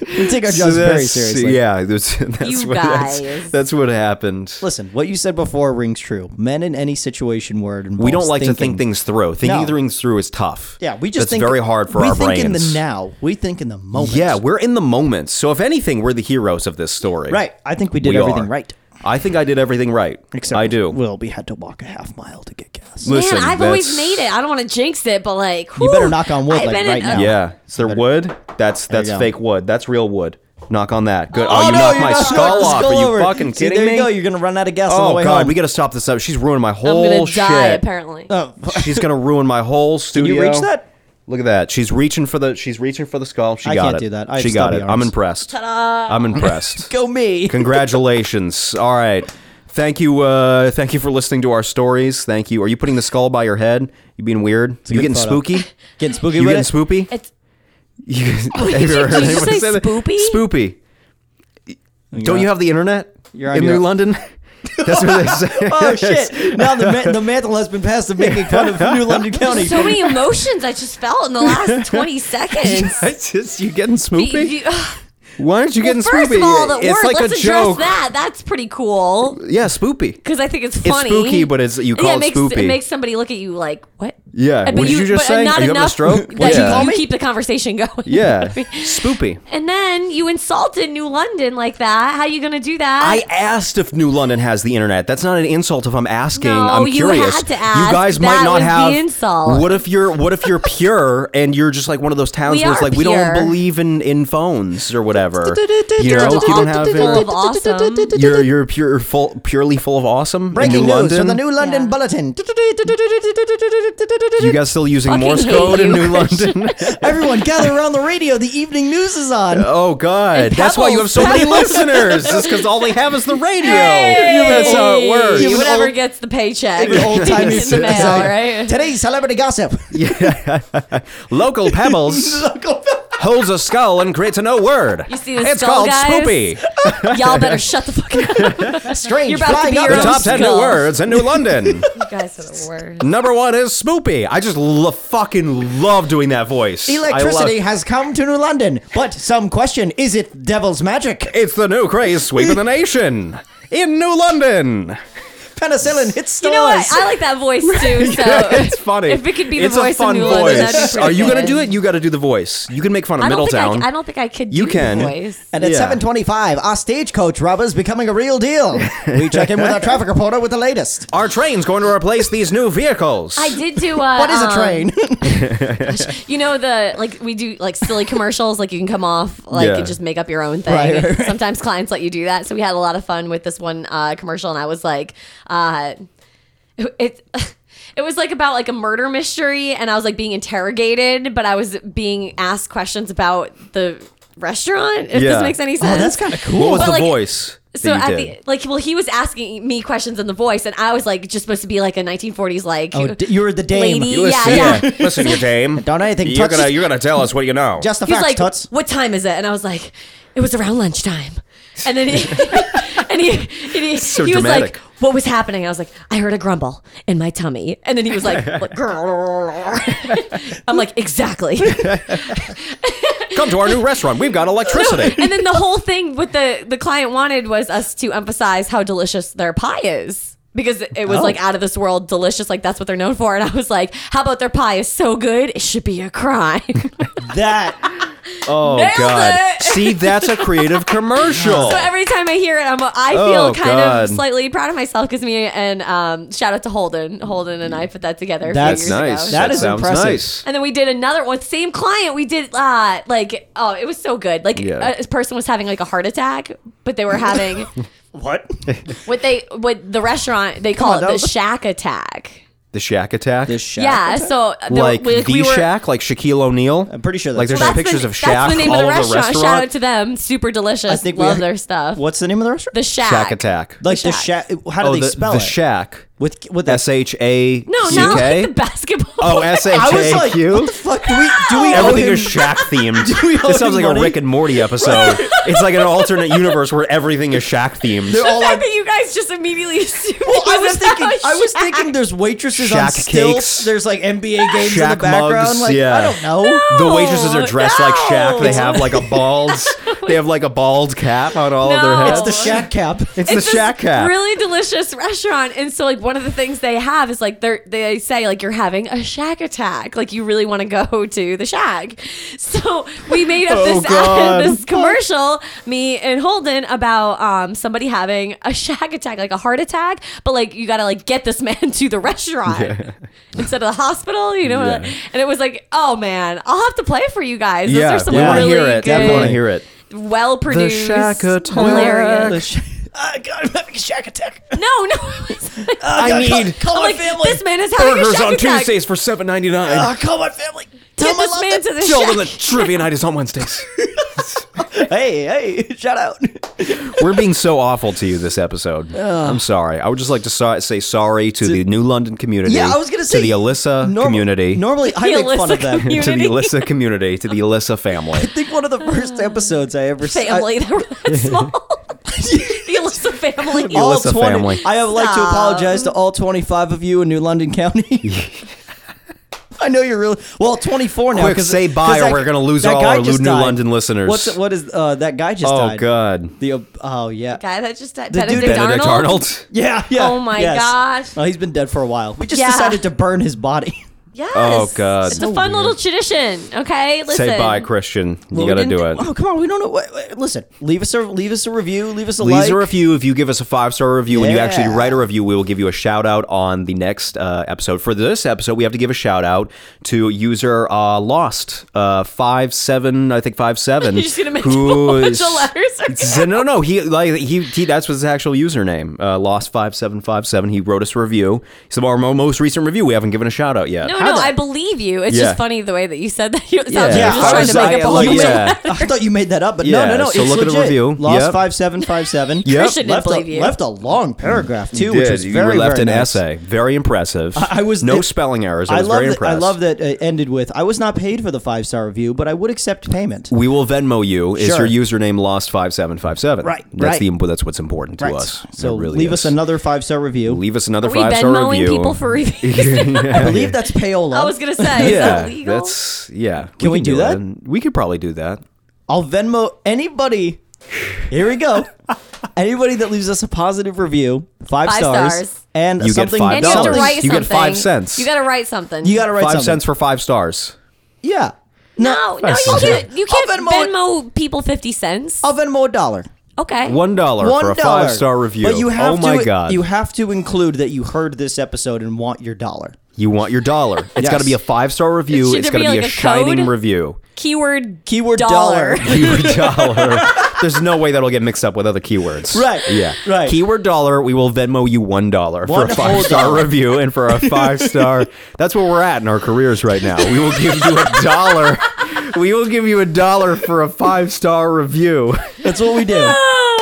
[SPEAKER 1] we take our jobs
[SPEAKER 3] So
[SPEAKER 1] very
[SPEAKER 3] that's-
[SPEAKER 1] seriously.
[SPEAKER 3] Yeah, that's, that's
[SPEAKER 2] You
[SPEAKER 3] what, That's,
[SPEAKER 2] guys.
[SPEAKER 3] that's what happened.
[SPEAKER 1] Listen, what you said before rings true. Men in any situation word involves
[SPEAKER 3] We don't like to
[SPEAKER 1] thinking.
[SPEAKER 3] think things through. Thinking
[SPEAKER 1] No.
[SPEAKER 3] things through is tough.
[SPEAKER 1] Yeah, we just
[SPEAKER 3] that's
[SPEAKER 1] think
[SPEAKER 3] very hard for
[SPEAKER 1] we
[SPEAKER 3] our
[SPEAKER 1] think
[SPEAKER 3] brains.
[SPEAKER 1] in the now. We think in the moment.
[SPEAKER 3] Yeah, we're in the moment. So if anything, we're the heroes of this story.
[SPEAKER 1] right. I think we did
[SPEAKER 3] We
[SPEAKER 1] everything
[SPEAKER 3] are.
[SPEAKER 1] right.
[SPEAKER 3] I think I did everything right.
[SPEAKER 1] Except
[SPEAKER 3] I do.
[SPEAKER 1] Well, we had to walk a half mile to get gas.
[SPEAKER 3] Listen,
[SPEAKER 2] Man, I've always
[SPEAKER 3] that's-
[SPEAKER 2] made it. I don't want to jinx it, but like, whew,
[SPEAKER 1] better knock on wood,
[SPEAKER 2] I've
[SPEAKER 1] like,
[SPEAKER 2] been uh,
[SPEAKER 1] right
[SPEAKER 2] in-
[SPEAKER 1] now.
[SPEAKER 3] Yeah. Is there wood? That's that's
[SPEAKER 1] you go.
[SPEAKER 3] fake wood. That's real wood. Knock on that. Good.
[SPEAKER 1] Oh,
[SPEAKER 3] you
[SPEAKER 1] no,
[SPEAKER 3] knocked
[SPEAKER 1] you're
[SPEAKER 3] my
[SPEAKER 1] not
[SPEAKER 3] skull
[SPEAKER 1] knocking
[SPEAKER 3] off.
[SPEAKER 1] skull
[SPEAKER 3] Are you
[SPEAKER 1] over.
[SPEAKER 3] fucking
[SPEAKER 1] See,
[SPEAKER 3] kidding
[SPEAKER 1] there
[SPEAKER 3] me?
[SPEAKER 1] you go. You're gonna run out of gas on the
[SPEAKER 3] oh
[SPEAKER 1] way
[SPEAKER 3] god,
[SPEAKER 1] home.
[SPEAKER 3] we gotta stop this up. She's ruined my
[SPEAKER 2] I'm
[SPEAKER 3] whole
[SPEAKER 2] gonna
[SPEAKER 3] shit.
[SPEAKER 2] die apparently.
[SPEAKER 3] Uh,
[SPEAKER 1] Oh,
[SPEAKER 3] She's gonna ruin my whole studio.
[SPEAKER 1] reach that?
[SPEAKER 3] Look at that. She's reaching for the. She's reaching for the skull. She
[SPEAKER 1] I
[SPEAKER 3] got
[SPEAKER 1] can't
[SPEAKER 3] it.
[SPEAKER 1] do that. I have
[SPEAKER 3] she got
[SPEAKER 1] stubby
[SPEAKER 3] it. I'm
[SPEAKER 1] arms.
[SPEAKER 3] impressed. I'm impressed.
[SPEAKER 1] go me.
[SPEAKER 3] Congratulations. All right. Thank you. Uh, thank you for listening to our stories. Thank you. Are you putting the skull by your head? You being weird?
[SPEAKER 1] a
[SPEAKER 3] you
[SPEAKER 1] good
[SPEAKER 3] getting
[SPEAKER 1] photo.
[SPEAKER 3] spooky?
[SPEAKER 1] Getting spooky
[SPEAKER 3] You
[SPEAKER 1] with
[SPEAKER 3] getting
[SPEAKER 1] it?
[SPEAKER 3] spoopy?
[SPEAKER 2] It's
[SPEAKER 3] You, have you ever
[SPEAKER 2] Did
[SPEAKER 3] heard
[SPEAKER 2] you
[SPEAKER 3] anyone
[SPEAKER 2] say
[SPEAKER 3] that?
[SPEAKER 2] spoopy?
[SPEAKER 3] Oh, Spoopy. Don't you have the internet
[SPEAKER 1] You're on
[SPEAKER 3] in
[SPEAKER 1] your-
[SPEAKER 3] New London? That's what they say.
[SPEAKER 1] Oh shit! Now the ma- the mantle has been passed of making fun of New London County.
[SPEAKER 2] So many emotions I just felt in the last 20 seconds.
[SPEAKER 3] It's just- you getting
[SPEAKER 2] You-
[SPEAKER 3] swoopy?
[SPEAKER 2] you-
[SPEAKER 3] Why aren't you
[SPEAKER 2] well,
[SPEAKER 3] getting
[SPEAKER 2] first
[SPEAKER 3] spoopy?
[SPEAKER 2] of all, the
[SPEAKER 3] it's
[SPEAKER 2] word,
[SPEAKER 3] like
[SPEAKER 2] let's
[SPEAKER 3] a
[SPEAKER 2] address
[SPEAKER 3] joke.
[SPEAKER 2] that. That's pretty cool
[SPEAKER 3] Yeah, spoopy.
[SPEAKER 2] because I think it's
[SPEAKER 3] It's
[SPEAKER 2] funny.
[SPEAKER 3] spooky, but it's- you
[SPEAKER 2] Yeah,
[SPEAKER 3] call it
[SPEAKER 2] makes,
[SPEAKER 3] spoopy.
[SPEAKER 2] It makes somebody look at you like, what?
[SPEAKER 3] Yeah.
[SPEAKER 2] But
[SPEAKER 3] What did you
[SPEAKER 2] but
[SPEAKER 3] just
[SPEAKER 2] Not
[SPEAKER 3] say? Are you having a
[SPEAKER 2] enough
[SPEAKER 3] stroke?
[SPEAKER 2] That
[SPEAKER 3] What'd
[SPEAKER 2] you,
[SPEAKER 3] you call
[SPEAKER 2] you
[SPEAKER 1] me?
[SPEAKER 2] keep the conversation going.
[SPEAKER 3] Yeah, spoopy.
[SPEAKER 2] And then you insulted New London like that. How you going to do that?
[SPEAKER 3] I asked if New London has the internet. That's not an insult if I'm asking.
[SPEAKER 2] No,
[SPEAKER 3] I'm
[SPEAKER 2] you
[SPEAKER 3] curious.
[SPEAKER 2] had to ask.
[SPEAKER 3] You guys
[SPEAKER 2] That
[SPEAKER 3] might not
[SPEAKER 2] was the
[SPEAKER 3] have
[SPEAKER 2] insult.
[SPEAKER 3] What if you're what if you're pure and you're just like one of those towns
[SPEAKER 2] We
[SPEAKER 3] where it's
[SPEAKER 2] are
[SPEAKER 3] like we
[SPEAKER 2] pure.
[SPEAKER 3] don't believe in in phones or whatever. you know, you don't have
[SPEAKER 2] Full
[SPEAKER 3] it.
[SPEAKER 2] of awesome.
[SPEAKER 3] You're you're pure full, purely full of awesome in
[SPEAKER 1] Breaking
[SPEAKER 3] New
[SPEAKER 1] news
[SPEAKER 3] London.
[SPEAKER 1] from the New London
[SPEAKER 2] Yeah.
[SPEAKER 1] Bulletin.
[SPEAKER 3] you guys still using
[SPEAKER 2] Fucking
[SPEAKER 3] Morse
[SPEAKER 2] hate
[SPEAKER 3] code in
[SPEAKER 2] you,
[SPEAKER 3] New London?
[SPEAKER 1] Everyone gather around the radio. The evening news is on.
[SPEAKER 3] oh God,
[SPEAKER 2] And
[SPEAKER 3] that's why you
[SPEAKER 2] Pebbles.
[SPEAKER 3] have so many
[SPEAKER 2] Pebbles.
[SPEAKER 3] listeners. Just because all they have is the radio. That's
[SPEAKER 2] Hey!
[SPEAKER 3] how it works.
[SPEAKER 1] You
[SPEAKER 2] Whatever
[SPEAKER 1] old-
[SPEAKER 2] gets the paycheck.
[SPEAKER 1] An old-timey
[SPEAKER 2] in the mail,
[SPEAKER 1] citizen.
[SPEAKER 2] right?
[SPEAKER 1] Today's celebrity gossip.
[SPEAKER 3] Local Pebbles holds a skull and creates a no word.
[SPEAKER 2] You see this
[SPEAKER 3] It's
[SPEAKER 2] skull,
[SPEAKER 3] called
[SPEAKER 2] guys?
[SPEAKER 3] Spoopy.
[SPEAKER 2] Y'all better shut the fuck up.
[SPEAKER 1] Strange
[SPEAKER 2] You're about to
[SPEAKER 1] flying
[SPEAKER 2] be
[SPEAKER 1] up
[SPEAKER 2] your
[SPEAKER 3] The
[SPEAKER 1] and
[SPEAKER 2] own
[SPEAKER 3] top
[SPEAKER 1] down.
[SPEAKER 3] ten new
[SPEAKER 2] skull.
[SPEAKER 3] words in New London.
[SPEAKER 2] You guys are the worst.
[SPEAKER 3] Number one is Spoopy. I just lo- fucking love doing that voice. I
[SPEAKER 1] Electricity
[SPEAKER 3] love-
[SPEAKER 1] has come to New London, but some question: Is it devil's magic?
[SPEAKER 3] it's the new craze sweeping the nation in New London.
[SPEAKER 1] Penicillin hits stores.
[SPEAKER 2] You know what? I like that voice too. So
[SPEAKER 3] it's funny.
[SPEAKER 2] If it could be the
[SPEAKER 3] it's
[SPEAKER 2] voice
[SPEAKER 3] a fun
[SPEAKER 2] of New
[SPEAKER 3] voice.
[SPEAKER 2] London, that'd be pretty
[SPEAKER 3] Are you gonna
[SPEAKER 2] good.
[SPEAKER 3] do it? You got to do the voice. You can make fun of
[SPEAKER 2] I don't think
[SPEAKER 3] Middletown.
[SPEAKER 2] I, I don't think I could.
[SPEAKER 3] You
[SPEAKER 2] do
[SPEAKER 3] can.
[SPEAKER 2] The voice.
[SPEAKER 1] And at
[SPEAKER 3] Yeah.
[SPEAKER 1] 7:25, our stagecoach robbers becoming a real deal. We check in with our traffic reporter with the latest.
[SPEAKER 3] Our train's going to replace these new vehicles.
[SPEAKER 2] I did do. Uh,
[SPEAKER 1] What is a
[SPEAKER 2] um,
[SPEAKER 1] train?
[SPEAKER 2] You know the like we do like silly commercials. Like you can come off like
[SPEAKER 3] Yeah.
[SPEAKER 2] and just make up your own thing.
[SPEAKER 1] Right, right, right.
[SPEAKER 2] Sometimes clients let you do that. So we had a lot of fun with this one uh, commercial, and I was like, uh, it. it It was like about like a murder mystery, and I was like being interrogated, but I was being asked questions about the restaurant. If
[SPEAKER 3] Yeah.
[SPEAKER 2] this makes any sense,
[SPEAKER 1] oh, that's kind of
[SPEAKER 3] what
[SPEAKER 1] cool.
[SPEAKER 3] was
[SPEAKER 2] But,
[SPEAKER 3] the
[SPEAKER 2] like,
[SPEAKER 3] voice? that
[SPEAKER 2] So
[SPEAKER 3] you
[SPEAKER 2] at
[SPEAKER 3] did?
[SPEAKER 2] the like, well, he was asking me questions in the voice, and I was like, just supposed to be like a 1940s like.
[SPEAKER 1] Oh, d- you were the dame.
[SPEAKER 2] Lady,
[SPEAKER 1] You
[SPEAKER 2] yeah,
[SPEAKER 3] Listen,
[SPEAKER 2] yeah.
[SPEAKER 3] Listen, you dame.
[SPEAKER 1] Don't anything
[SPEAKER 3] You're
[SPEAKER 1] touch-
[SPEAKER 3] gonna you're gonna tell us what you know.
[SPEAKER 1] Just the
[SPEAKER 2] He was
[SPEAKER 1] facts,
[SPEAKER 2] like,
[SPEAKER 1] Tuts.
[SPEAKER 2] "What time is it?" And I was like, "It was around lunchtime." And then he, and he, and he,
[SPEAKER 3] So
[SPEAKER 2] he was
[SPEAKER 3] dramatic.
[SPEAKER 2] like, "What was happening?" I was like, "I heard a grumble in my tummy." And then he was like, like "Grrrr." "I'm like exactly."
[SPEAKER 3] come to our new restaurant. We've got electricity.
[SPEAKER 2] And then the whole thing with the the client wanted was us to emphasize how delicious their pie is. Because it was
[SPEAKER 1] Oh.
[SPEAKER 2] like out of this world delicious, like that's what they're known for. And I was like, how about their pie is so good, it should be a crime.
[SPEAKER 1] that
[SPEAKER 3] Oh
[SPEAKER 2] Nailed it.
[SPEAKER 3] See, that's a creative commercial.
[SPEAKER 2] So every time I hear it, I'm I feel
[SPEAKER 3] Oh,
[SPEAKER 2] kind
[SPEAKER 3] God.
[SPEAKER 2] of slightly proud of myself because me and um, shout out to Holden, Holden and I put that together.
[SPEAKER 1] That's
[SPEAKER 2] a few years
[SPEAKER 1] nice.
[SPEAKER 2] Ago.
[SPEAKER 1] That is
[SPEAKER 3] sounds
[SPEAKER 1] impressive.
[SPEAKER 2] and then we did another one, same client. We did uh, like oh, it was so good. Like
[SPEAKER 3] Yeah.
[SPEAKER 2] a, a person was having like a heart attack, but they were having
[SPEAKER 1] what?
[SPEAKER 2] what they what the restaurant they
[SPEAKER 1] on,
[SPEAKER 2] call
[SPEAKER 1] that
[SPEAKER 2] it the
[SPEAKER 1] was-
[SPEAKER 2] shack attack.
[SPEAKER 3] The Shack Attack.
[SPEAKER 2] yeah, so the,
[SPEAKER 3] like
[SPEAKER 2] we-
[SPEAKER 3] the
[SPEAKER 2] we were-
[SPEAKER 3] Shack, like Shaquille O'Neal.
[SPEAKER 1] I'm pretty sure
[SPEAKER 3] Like
[SPEAKER 1] that's
[SPEAKER 3] there's
[SPEAKER 1] it.
[SPEAKER 3] like
[SPEAKER 2] that's
[SPEAKER 3] pictures
[SPEAKER 2] the,
[SPEAKER 3] of Shaq
[SPEAKER 2] That's the name
[SPEAKER 3] all
[SPEAKER 2] of the
[SPEAKER 3] over the
[SPEAKER 2] restaurant. Shout out
[SPEAKER 3] restaurant.
[SPEAKER 2] to them, super delicious.
[SPEAKER 1] I think we
[SPEAKER 2] love
[SPEAKER 1] had-
[SPEAKER 2] their stuff.
[SPEAKER 1] What's the name of the restaurant?
[SPEAKER 2] the shack?
[SPEAKER 3] Shack Attack.
[SPEAKER 1] like the shack.
[SPEAKER 2] Shack.
[SPEAKER 1] How do
[SPEAKER 3] oh,
[SPEAKER 1] they
[SPEAKER 3] the,
[SPEAKER 1] spell
[SPEAKER 3] the
[SPEAKER 1] it?
[SPEAKER 3] Shack.
[SPEAKER 1] with with a
[SPEAKER 3] S H A
[SPEAKER 2] No,
[SPEAKER 3] C
[SPEAKER 2] not
[SPEAKER 3] K.
[SPEAKER 2] like the basketball.
[SPEAKER 3] Oh,
[SPEAKER 2] player.
[SPEAKER 3] S
[SPEAKER 1] I
[SPEAKER 3] H
[SPEAKER 1] was
[SPEAKER 3] A
[SPEAKER 1] like, what
[SPEAKER 3] Q.
[SPEAKER 1] the fuck? Do we do we owe
[SPEAKER 3] Everything
[SPEAKER 1] him?
[SPEAKER 3] is Shack themed.
[SPEAKER 1] we owe
[SPEAKER 3] This sounds
[SPEAKER 1] him
[SPEAKER 3] like
[SPEAKER 1] money?
[SPEAKER 3] a Rick and Morty episode. it's like an alternate universe where everything is Shack themed.
[SPEAKER 1] They're all
[SPEAKER 2] The fact
[SPEAKER 1] like,
[SPEAKER 2] that you guys just immediately assumed.
[SPEAKER 1] well, I
[SPEAKER 2] it
[SPEAKER 1] was
[SPEAKER 2] about
[SPEAKER 1] thinking, I was
[SPEAKER 2] Shaq.
[SPEAKER 1] thinking, there's waitresses on
[SPEAKER 3] Shack
[SPEAKER 1] stilts.
[SPEAKER 3] cakes.
[SPEAKER 1] There's like NBA games in the
[SPEAKER 3] Shack
[SPEAKER 1] background.
[SPEAKER 3] mugs,
[SPEAKER 1] like I
[SPEAKER 3] yeah.
[SPEAKER 1] don't know.
[SPEAKER 3] The waitresses are dressed like Shaq. They
[SPEAKER 2] No.
[SPEAKER 3] have like a bald, they have like a bald cap on all of their
[SPEAKER 2] No.
[SPEAKER 3] heads.
[SPEAKER 1] It's the Shack cap.
[SPEAKER 3] It's,
[SPEAKER 2] It's
[SPEAKER 3] the Shack
[SPEAKER 2] this
[SPEAKER 3] cap.
[SPEAKER 2] Really delicious restaurant, and so like one of the things they have is like they they say like you're having a shack attack, like you really want to go to the shack. So we made up
[SPEAKER 3] Oh,
[SPEAKER 2] this
[SPEAKER 3] God.
[SPEAKER 2] this commercial, me and Holden, about um somebody having a shack attack, like a heart attack, but like you gotta like get this man to the restaurant instead of the hospital, you know.
[SPEAKER 3] Yeah.
[SPEAKER 2] And it was like, oh man, I'll have to play it for you guys. Those
[SPEAKER 3] yeah,
[SPEAKER 2] are some
[SPEAKER 3] we want to
[SPEAKER 2] really
[SPEAKER 3] hear it. We want to
[SPEAKER 2] good,
[SPEAKER 3] hear it.
[SPEAKER 2] well produced,
[SPEAKER 3] shack attack.
[SPEAKER 2] hilarious.
[SPEAKER 1] The Sha- Ah, God, I'm having a Shack attack.
[SPEAKER 2] No, no. it was like-
[SPEAKER 1] I
[SPEAKER 3] need-
[SPEAKER 1] call,
[SPEAKER 2] I'm
[SPEAKER 1] my
[SPEAKER 2] like,
[SPEAKER 1] family.
[SPEAKER 2] this man is having a
[SPEAKER 3] Burgers
[SPEAKER 2] shack
[SPEAKER 3] on
[SPEAKER 2] attack.
[SPEAKER 3] Tuesdays for seven ninety nine.
[SPEAKER 1] Ah, call my family. Tell
[SPEAKER 2] Get
[SPEAKER 1] my
[SPEAKER 2] this
[SPEAKER 1] love
[SPEAKER 2] man to the
[SPEAKER 3] Tell them that
[SPEAKER 2] shack.
[SPEAKER 3] trivia night is on Wednesdays.
[SPEAKER 1] that- Hey, hey, shout out.
[SPEAKER 3] We're being so awful to you this episode. I'm sorry. I would just like to so- say sorry to, the New London community.
[SPEAKER 1] Yeah, I was gonna say
[SPEAKER 3] to the Alyssa
[SPEAKER 1] Norm-
[SPEAKER 3] community.
[SPEAKER 1] Normally, I
[SPEAKER 2] The
[SPEAKER 1] make fun of
[SPEAKER 2] Alyssa
[SPEAKER 1] them.
[SPEAKER 2] community.
[SPEAKER 3] to the Alyssa community, to the Alyssa family.
[SPEAKER 1] I think one of the first episodes I ever s- I-
[SPEAKER 2] Family that were that small. the Alyssa family.
[SPEAKER 3] All Alyssa
[SPEAKER 1] 20
[SPEAKER 3] family.
[SPEAKER 1] I would like to apologize to all 25 of you in New London County. I know you're really well. 24 now.
[SPEAKER 3] Quick,
[SPEAKER 1] 'cause-
[SPEAKER 3] say
[SPEAKER 1] 'cause
[SPEAKER 3] bye or
[SPEAKER 1] that-
[SPEAKER 3] we're gonna lose
[SPEAKER 1] that
[SPEAKER 3] all
[SPEAKER 1] guy
[SPEAKER 3] our
[SPEAKER 1] just
[SPEAKER 3] New
[SPEAKER 1] died.
[SPEAKER 3] London listeners.
[SPEAKER 1] What's what is uh, that guy just
[SPEAKER 3] Oh
[SPEAKER 1] died?
[SPEAKER 3] god,
[SPEAKER 1] The ob- oh yeah
[SPEAKER 2] guy that just died.
[SPEAKER 1] The dude-
[SPEAKER 2] Benedict,
[SPEAKER 3] Benedict
[SPEAKER 2] Arnold.
[SPEAKER 3] Arnold.
[SPEAKER 1] yeah yeah.
[SPEAKER 2] Oh my
[SPEAKER 1] yes.
[SPEAKER 2] gosh.
[SPEAKER 1] Oh, he's been dead for a while. We just
[SPEAKER 2] Yeah.
[SPEAKER 1] decided to burn his body.
[SPEAKER 2] Yes.
[SPEAKER 3] Oh, God.
[SPEAKER 2] It's
[SPEAKER 1] So
[SPEAKER 2] a fun
[SPEAKER 1] weird.
[SPEAKER 2] little tradition. Okay, listen.
[SPEAKER 3] Say bye, Christian. You
[SPEAKER 1] Well, we
[SPEAKER 3] gotta
[SPEAKER 1] didn't
[SPEAKER 3] do it.
[SPEAKER 1] Oh come on, we don't know. Wait, wait, listen, leave us a leave us a review. Leave us a
[SPEAKER 3] Leave
[SPEAKER 1] like.
[SPEAKER 3] a review if you give us a five star review. When you actually
[SPEAKER 1] Yeah.
[SPEAKER 3] write a review, we will give you a shout out on the next uh, episode. For this episode, we have to give a shout out to user uh, Lost uh, five seven, I think five seven.
[SPEAKER 2] You're just gonna make a bunch of letters.
[SPEAKER 3] So, no, no, he like he, he that's his actual username. Uh, Lost five seven five seven. He wrote us a review. So our mo- most recent review, we haven't given a shout out yet.
[SPEAKER 2] No,
[SPEAKER 1] How
[SPEAKER 2] no,
[SPEAKER 1] the-
[SPEAKER 2] I believe you. It's
[SPEAKER 3] Yeah.
[SPEAKER 2] just funny the way that you said that. You it sounds
[SPEAKER 3] Yeah.
[SPEAKER 2] like you're
[SPEAKER 3] I
[SPEAKER 2] just trying
[SPEAKER 3] was-
[SPEAKER 2] to make
[SPEAKER 3] I-
[SPEAKER 2] up a
[SPEAKER 3] like,
[SPEAKER 2] whole
[SPEAKER 3] yeah.
[SPEAKER 1] Oh, I thought you made that up, but
[SPEAKER 3] Yeah,
[SPEAKER 1] no, no, no.
[SPEAKER 3] so
[SPEAKER 1] it's
[SPEAKER 3] look at the
[SPEAKER 1] legit.
[SPEAKER 3] review.
[SPEAKER 1] Lost
[SPEAKER 3] Yep.
[SPEAKER 1] five seven five seven.
[SPEAKER 3] Yep.
[SPEAKER 2] Christian didn't
[SPEAKER 1] left, a,
[SPEAKER 2] believe you.
[SPEAKER 1] left a long paragraph too, which
[SPEAKER 3] Did.
[SPEAKER 1] was
[SPEAKER 3] you
[SPEAKER 1] very
[SPEAKER 3] were left
[SPEAKER 1] very
[SPEAKER 3] an
[SPEAKER 1] nice.
[SPEAKER 3] essay. Very impressive.
[SPEAKER 1] I- I was-
[SPEAKER 3] no
[SPEAKER 1] it-
[SPEAKER 3] spelling errors. I,
[SPEAKER 1] I
[SPEAKER 3] was
[SPEAKER 1] love
[SPEAKER 3] very
[SPEAKER 1] that.
[SPEAKER 3] impressed.
[SPEAKER 1] I love that it ended with I was not paid for the five star review, but I would accept payment.
[SPEAKER 3] We will Venmo you. Is
[SPEAKER 1] Sure.
[SPEAKER 3] your username lost five seven five seven?
[SPEAKER 1] Right, right.
[SPEAKER 3] That's the that's what's important to us. It
[SPEAKER 1] So
[SPEAKER 3] really
[SPEAKER 1] leave
[SPEAKER 3] is.
[SPEAKER 1] us another five star review.
[SPEAKER 3] leave us another
[SPEAKER 2] Are we
[SPEAKER 3] five star
[SPEAKER 2] Venmoing
[SPEAKER 3] review.
[SPEAKER 2] people for reviews?
[SPEAKER 1] I believe that's payola.
[SPEAKER 2] I was gonna say, is
[SPEAKER 3] yeah,
[SPEAKER 2] that legal?
[SPEAKER 3] that's yeah.
[SPEAKER 1] Can we do that?
[SPEAKER 3] it. We could probably do that.
[SPEAKER 1] I'll Venmo anybody. Here we go. anybody that leaves us a positive review, five,
[SPEAKER 2] Five
[SPEAKER 1] stars,
[SPEAKER 2] stars.
[SPEAKER 1] and
[SPEAKER 3] You get
[SPEAKER 1] something.
[SPEAKER 3] five
[SPEAKER 2] and you have to
[SPEAKER 3] dollars.
[SPEAKER 2] write
[SPEAKER 3] You
[SPEAKER 2] something.
[SPEAKER 3] get five cents.
[SPEAKER 2] You gotta write something.
[SPEAKER 1] You gotta write
[SPEAKER 3] Five
[SPEAKER 1] something.
[SPEAKER 3] cents for five stars.
[SPEAKER 1] Yeah.
[SPEAKER 2] no, no, you
[SPEAKER 3] cents. Oh,
[SPEAKER 2] can't. You
[SPEAKER 1] I'll
[SPEAKER 2] can't
[SPEAKER 1] Venmo
[SPEAKER 2] Venmo, people fifty cents.
[SPEAKER 1] I'll Venmo a dollar.
[SPEAKER 2] okay.
[SPEAKER 3] One dollar for
[SPEAKER 1] dollar.
[SPEAKER 3] a five star review.
[SPEAKER 1] But you have
[SPEAKER 3] oh my
[SPEAKER 1] to,
[SPEAKER 3] god!
[SPEAKER 1] You
[SPEAKER 3] You,
[SPEAKER 1] have to include that you heard this episode and want your dollar.
[SPEAKER 3] want your dollar. It's
[SPEAKER 1] Yes.
[SPEAKER 3] got to be a five star review.
[SPEAKER 2] Should
[SPEAKER 3] It's
[SPEAKER 2] there
[SPEAKER 3] got to
[SPEAKER 2] be
[SPEAKER 3] be,
[SPEAKER 2] like
[SPEAKER 3] a
[SPEAKER 2] a
[SPEAKER 3] shining
[SPEAKER 2] code?
[SPEAKER 3] review.
[SPEAKER 2] keyword.
[SPEAKER 1] Keyword dollar.
[SPEAKER 3] Your dollar. There's no way that'll get mixed up with other keywords.
[SPEAKER 1] Right.
[SPEAKER 3] Yeah.
[SPEAKER 1] Right.
[SPEAKER 3] Keyword dollar, we will Venmo you one dollar for
[SPEAKER 1] One whole
[SPEAKER 3] a five star
[SPEAKER 1] dollar.
[SPEAKER 3] review and for a five star. That's where we're at in our careers right now. We will give you a dollar. We will give you a dollar for a five star review.
[SPEAKER 1] That's what we do.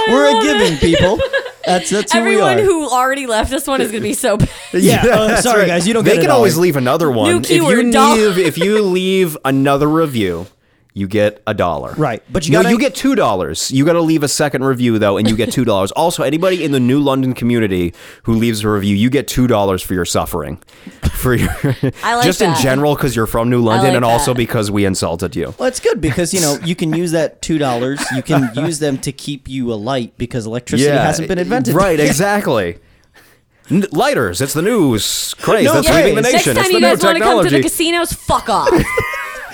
[SPEAKER 1] We're a giving people. That's that's who
[SPEAKER 2] Everyone
[SPEAKER 1] we are.
[SPEAKER 2] who already left this one is gonna be so bad.
[SPEAKER 1] yeah. uh,
[SPEAKER 3] that's
[SPEAKER 1] sorry
[SPEAKER 3] right.
[SPEAKER 1] guys, you don't
[SPEAKER 3] They
[SPEAKER 1] get
[SPEAKER 3] can
[SPEAKER 1] it
[SPEAKER 3] always leave another one. if you
[SPEAKER 2] keyword,
[SPEAKER 3] leave,
[SPEAKER 2] dollar.
[SPEAKER 3] if you leave another review. You get a dollar,
[SPEAKER 1] Right, but you
[SPEAKER 3] no,
[SPEAKER 1] gotta-
[SPEAKER 3] you get two dollars. You got to leave a second review though, and you get two dollars. also, anybody in the New London community who leaves a review, you get two dollars for your suffering, for your
[SPEAKER 2] I like
[SPEAKER 3] just
[SPEAKER 2] that.
[SPEAKER 3] in general because you're from New London,
[SPEAKER 2] like
[SPEAKER 3] and also
[SPEAKER 2] that.
[SPEAKER 3] because we insulted you.
[SPEAKER 1] Well, it's good because you know you can use that two dollars. You can use them to keep you alight because electricity hasn't been invented.
[SPEAKER 3] right? Exactly. N- Lighters, it's the news craze
[SPEAKER 1] No
[SPEAKER 3] that's leaving the
[SPEAKER 1] craze.
[SPEAKER 2] Next
[SPEAKER 3] nation.
[SPEAKER 2] time
[SPEAKER 3] it's
[SPEAKER 2] you
[SPEAKER 3] the new
[SPEAKER 2] guys want to come to
[SPEAKER 3] technology.
[SPEAKER 2] the casinos, fuck off.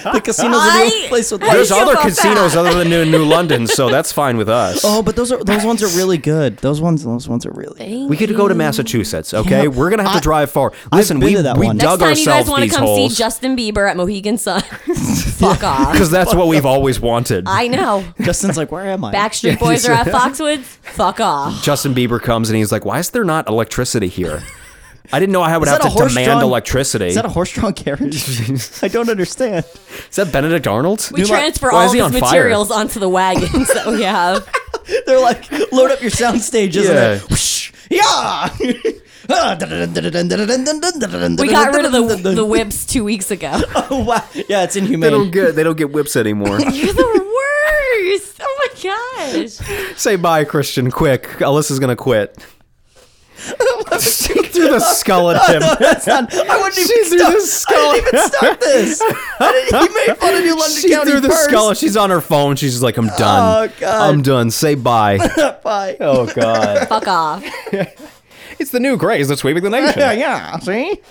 [SPEAKER 1] The casinos are the
[SPEAKER 2] I-
[SPEAKER 1] only place with
[SPEAKER 2] I
[SPEAKER 3] There's
[SPEAKER 1] lights.
[SPEAKER 2] feel
[SPEAKER 3] other
[SPEAKER 2] about
[SPEAKER 3] casinos
[SPEAKER 2] that.
[SPEAKER 3] other than New, New London, so that's fine with us.
[SPEAKER 1] Oh, but those are those ones are really good. Those ones, those ones are really. Good.
[SPEAKER 3] we could go to Massachusetts, okay?
[SPEAKER 1] Yeah.
[SPEAKER 3] We're gonna have to
[SPEAKER 1] I-
[SPEAKER 3] drive far. Listen,
[SPEAKER 1] been
[SPEAKER 3] we,
[SPEAKER 1] to that
[SPEAKER 3] we
[SPEAKER 1] one.
[SPEAKER 2] Next
[SPEAKER 3] dug
[SPEAKER 2] time you guys
[SPEAKER 3] ourselves
[SPEAKER 2] want to
[SPEAKER 3] these
[SPEAKER 2] come
[SPEAKER 3] holes
[SPEAKER 2] see Justin Bieber at Mohegan Sun, fuck off.
[SPEAKER 3] because that's what we've always wanted.
[SPEAKER 2] I know.
[SPEAKER 1] Justin's like, where am I?
[SPEAKER 2] Backstreet Boys are at Foxwoods. Fuck off.
[SPEAKER 3] Justin Bieber comes and he's like, "Why is there not electricity here? I didn't know I would
[SPEAKER 1] Is
[SPEAKER 3] have
[SPEAKER 1] that
[SPEAKER 3] to
[SPEAKER 1] a horse
[SPEAKER 3] demand
[SPEAKER 1] drawn-
[SPEAKER 3] electricity."
[SPEAKER 1] Is that a horse-drawn carriage? I don't understand.
[SPEAKER 3] Is that Benedict Arnold?
[SPEAKER 2] We transfer all
[SPEAKER 3] Why is
[SPEAKER 2] of
[SPEAKER 3] he
[SPEAKER 2] his
[SPEAKER 3] on fire?
[SPEAKER 2] materials onto the wagons that we have.
[SPEAKER 1] They're like, load up your sound stage, isn't
[SPEAKER 3] Yeah.
[SPEAKER 1] it? Whoosh, yeah. we
[SPEAKER 2] We got rid of the, the whips two weeks ago.
[SPEAKER 1] wow. Yeah, it's
[SPEAKER 3] They don't
[SPEAKER 1] inhumane.
[SPEAKER 3] get they don't get whips anymore.
[SPEAKER 2] You're the worst. Oh my gosh.
[SPEAKER 3] Say bye, Christian, quick. Alyssa's gonna quit. Through the skull at him.
[SPEAKER 1] That's not, I wouldn't even
[SPEAKER 3] She threw
[SPEAKER 1] start.
[SPEAKER 3] the
[SPEAKER 1] I didn't even start this. I didn't, he made fun of you, London
[SPEAKER 3] she
[SPEAKER 1] County
[SPEAKER 3] threw the
[SPEAKER 1] first.
[SPEAKER 3] skull. She's on her phone. She's just like, I'm done.
[SPEAKER 1] Oh, God.
[SPEAKER 3] I'm done. Say bye.
[SPEAKER 1] Bye.
[SPEAKER 3] oh god.
[SPEAKER 2] Fuck off.
[SPEAKER 3] it's the new craze that's sweeping the nation.
[SPEAKER 1] yeah. See.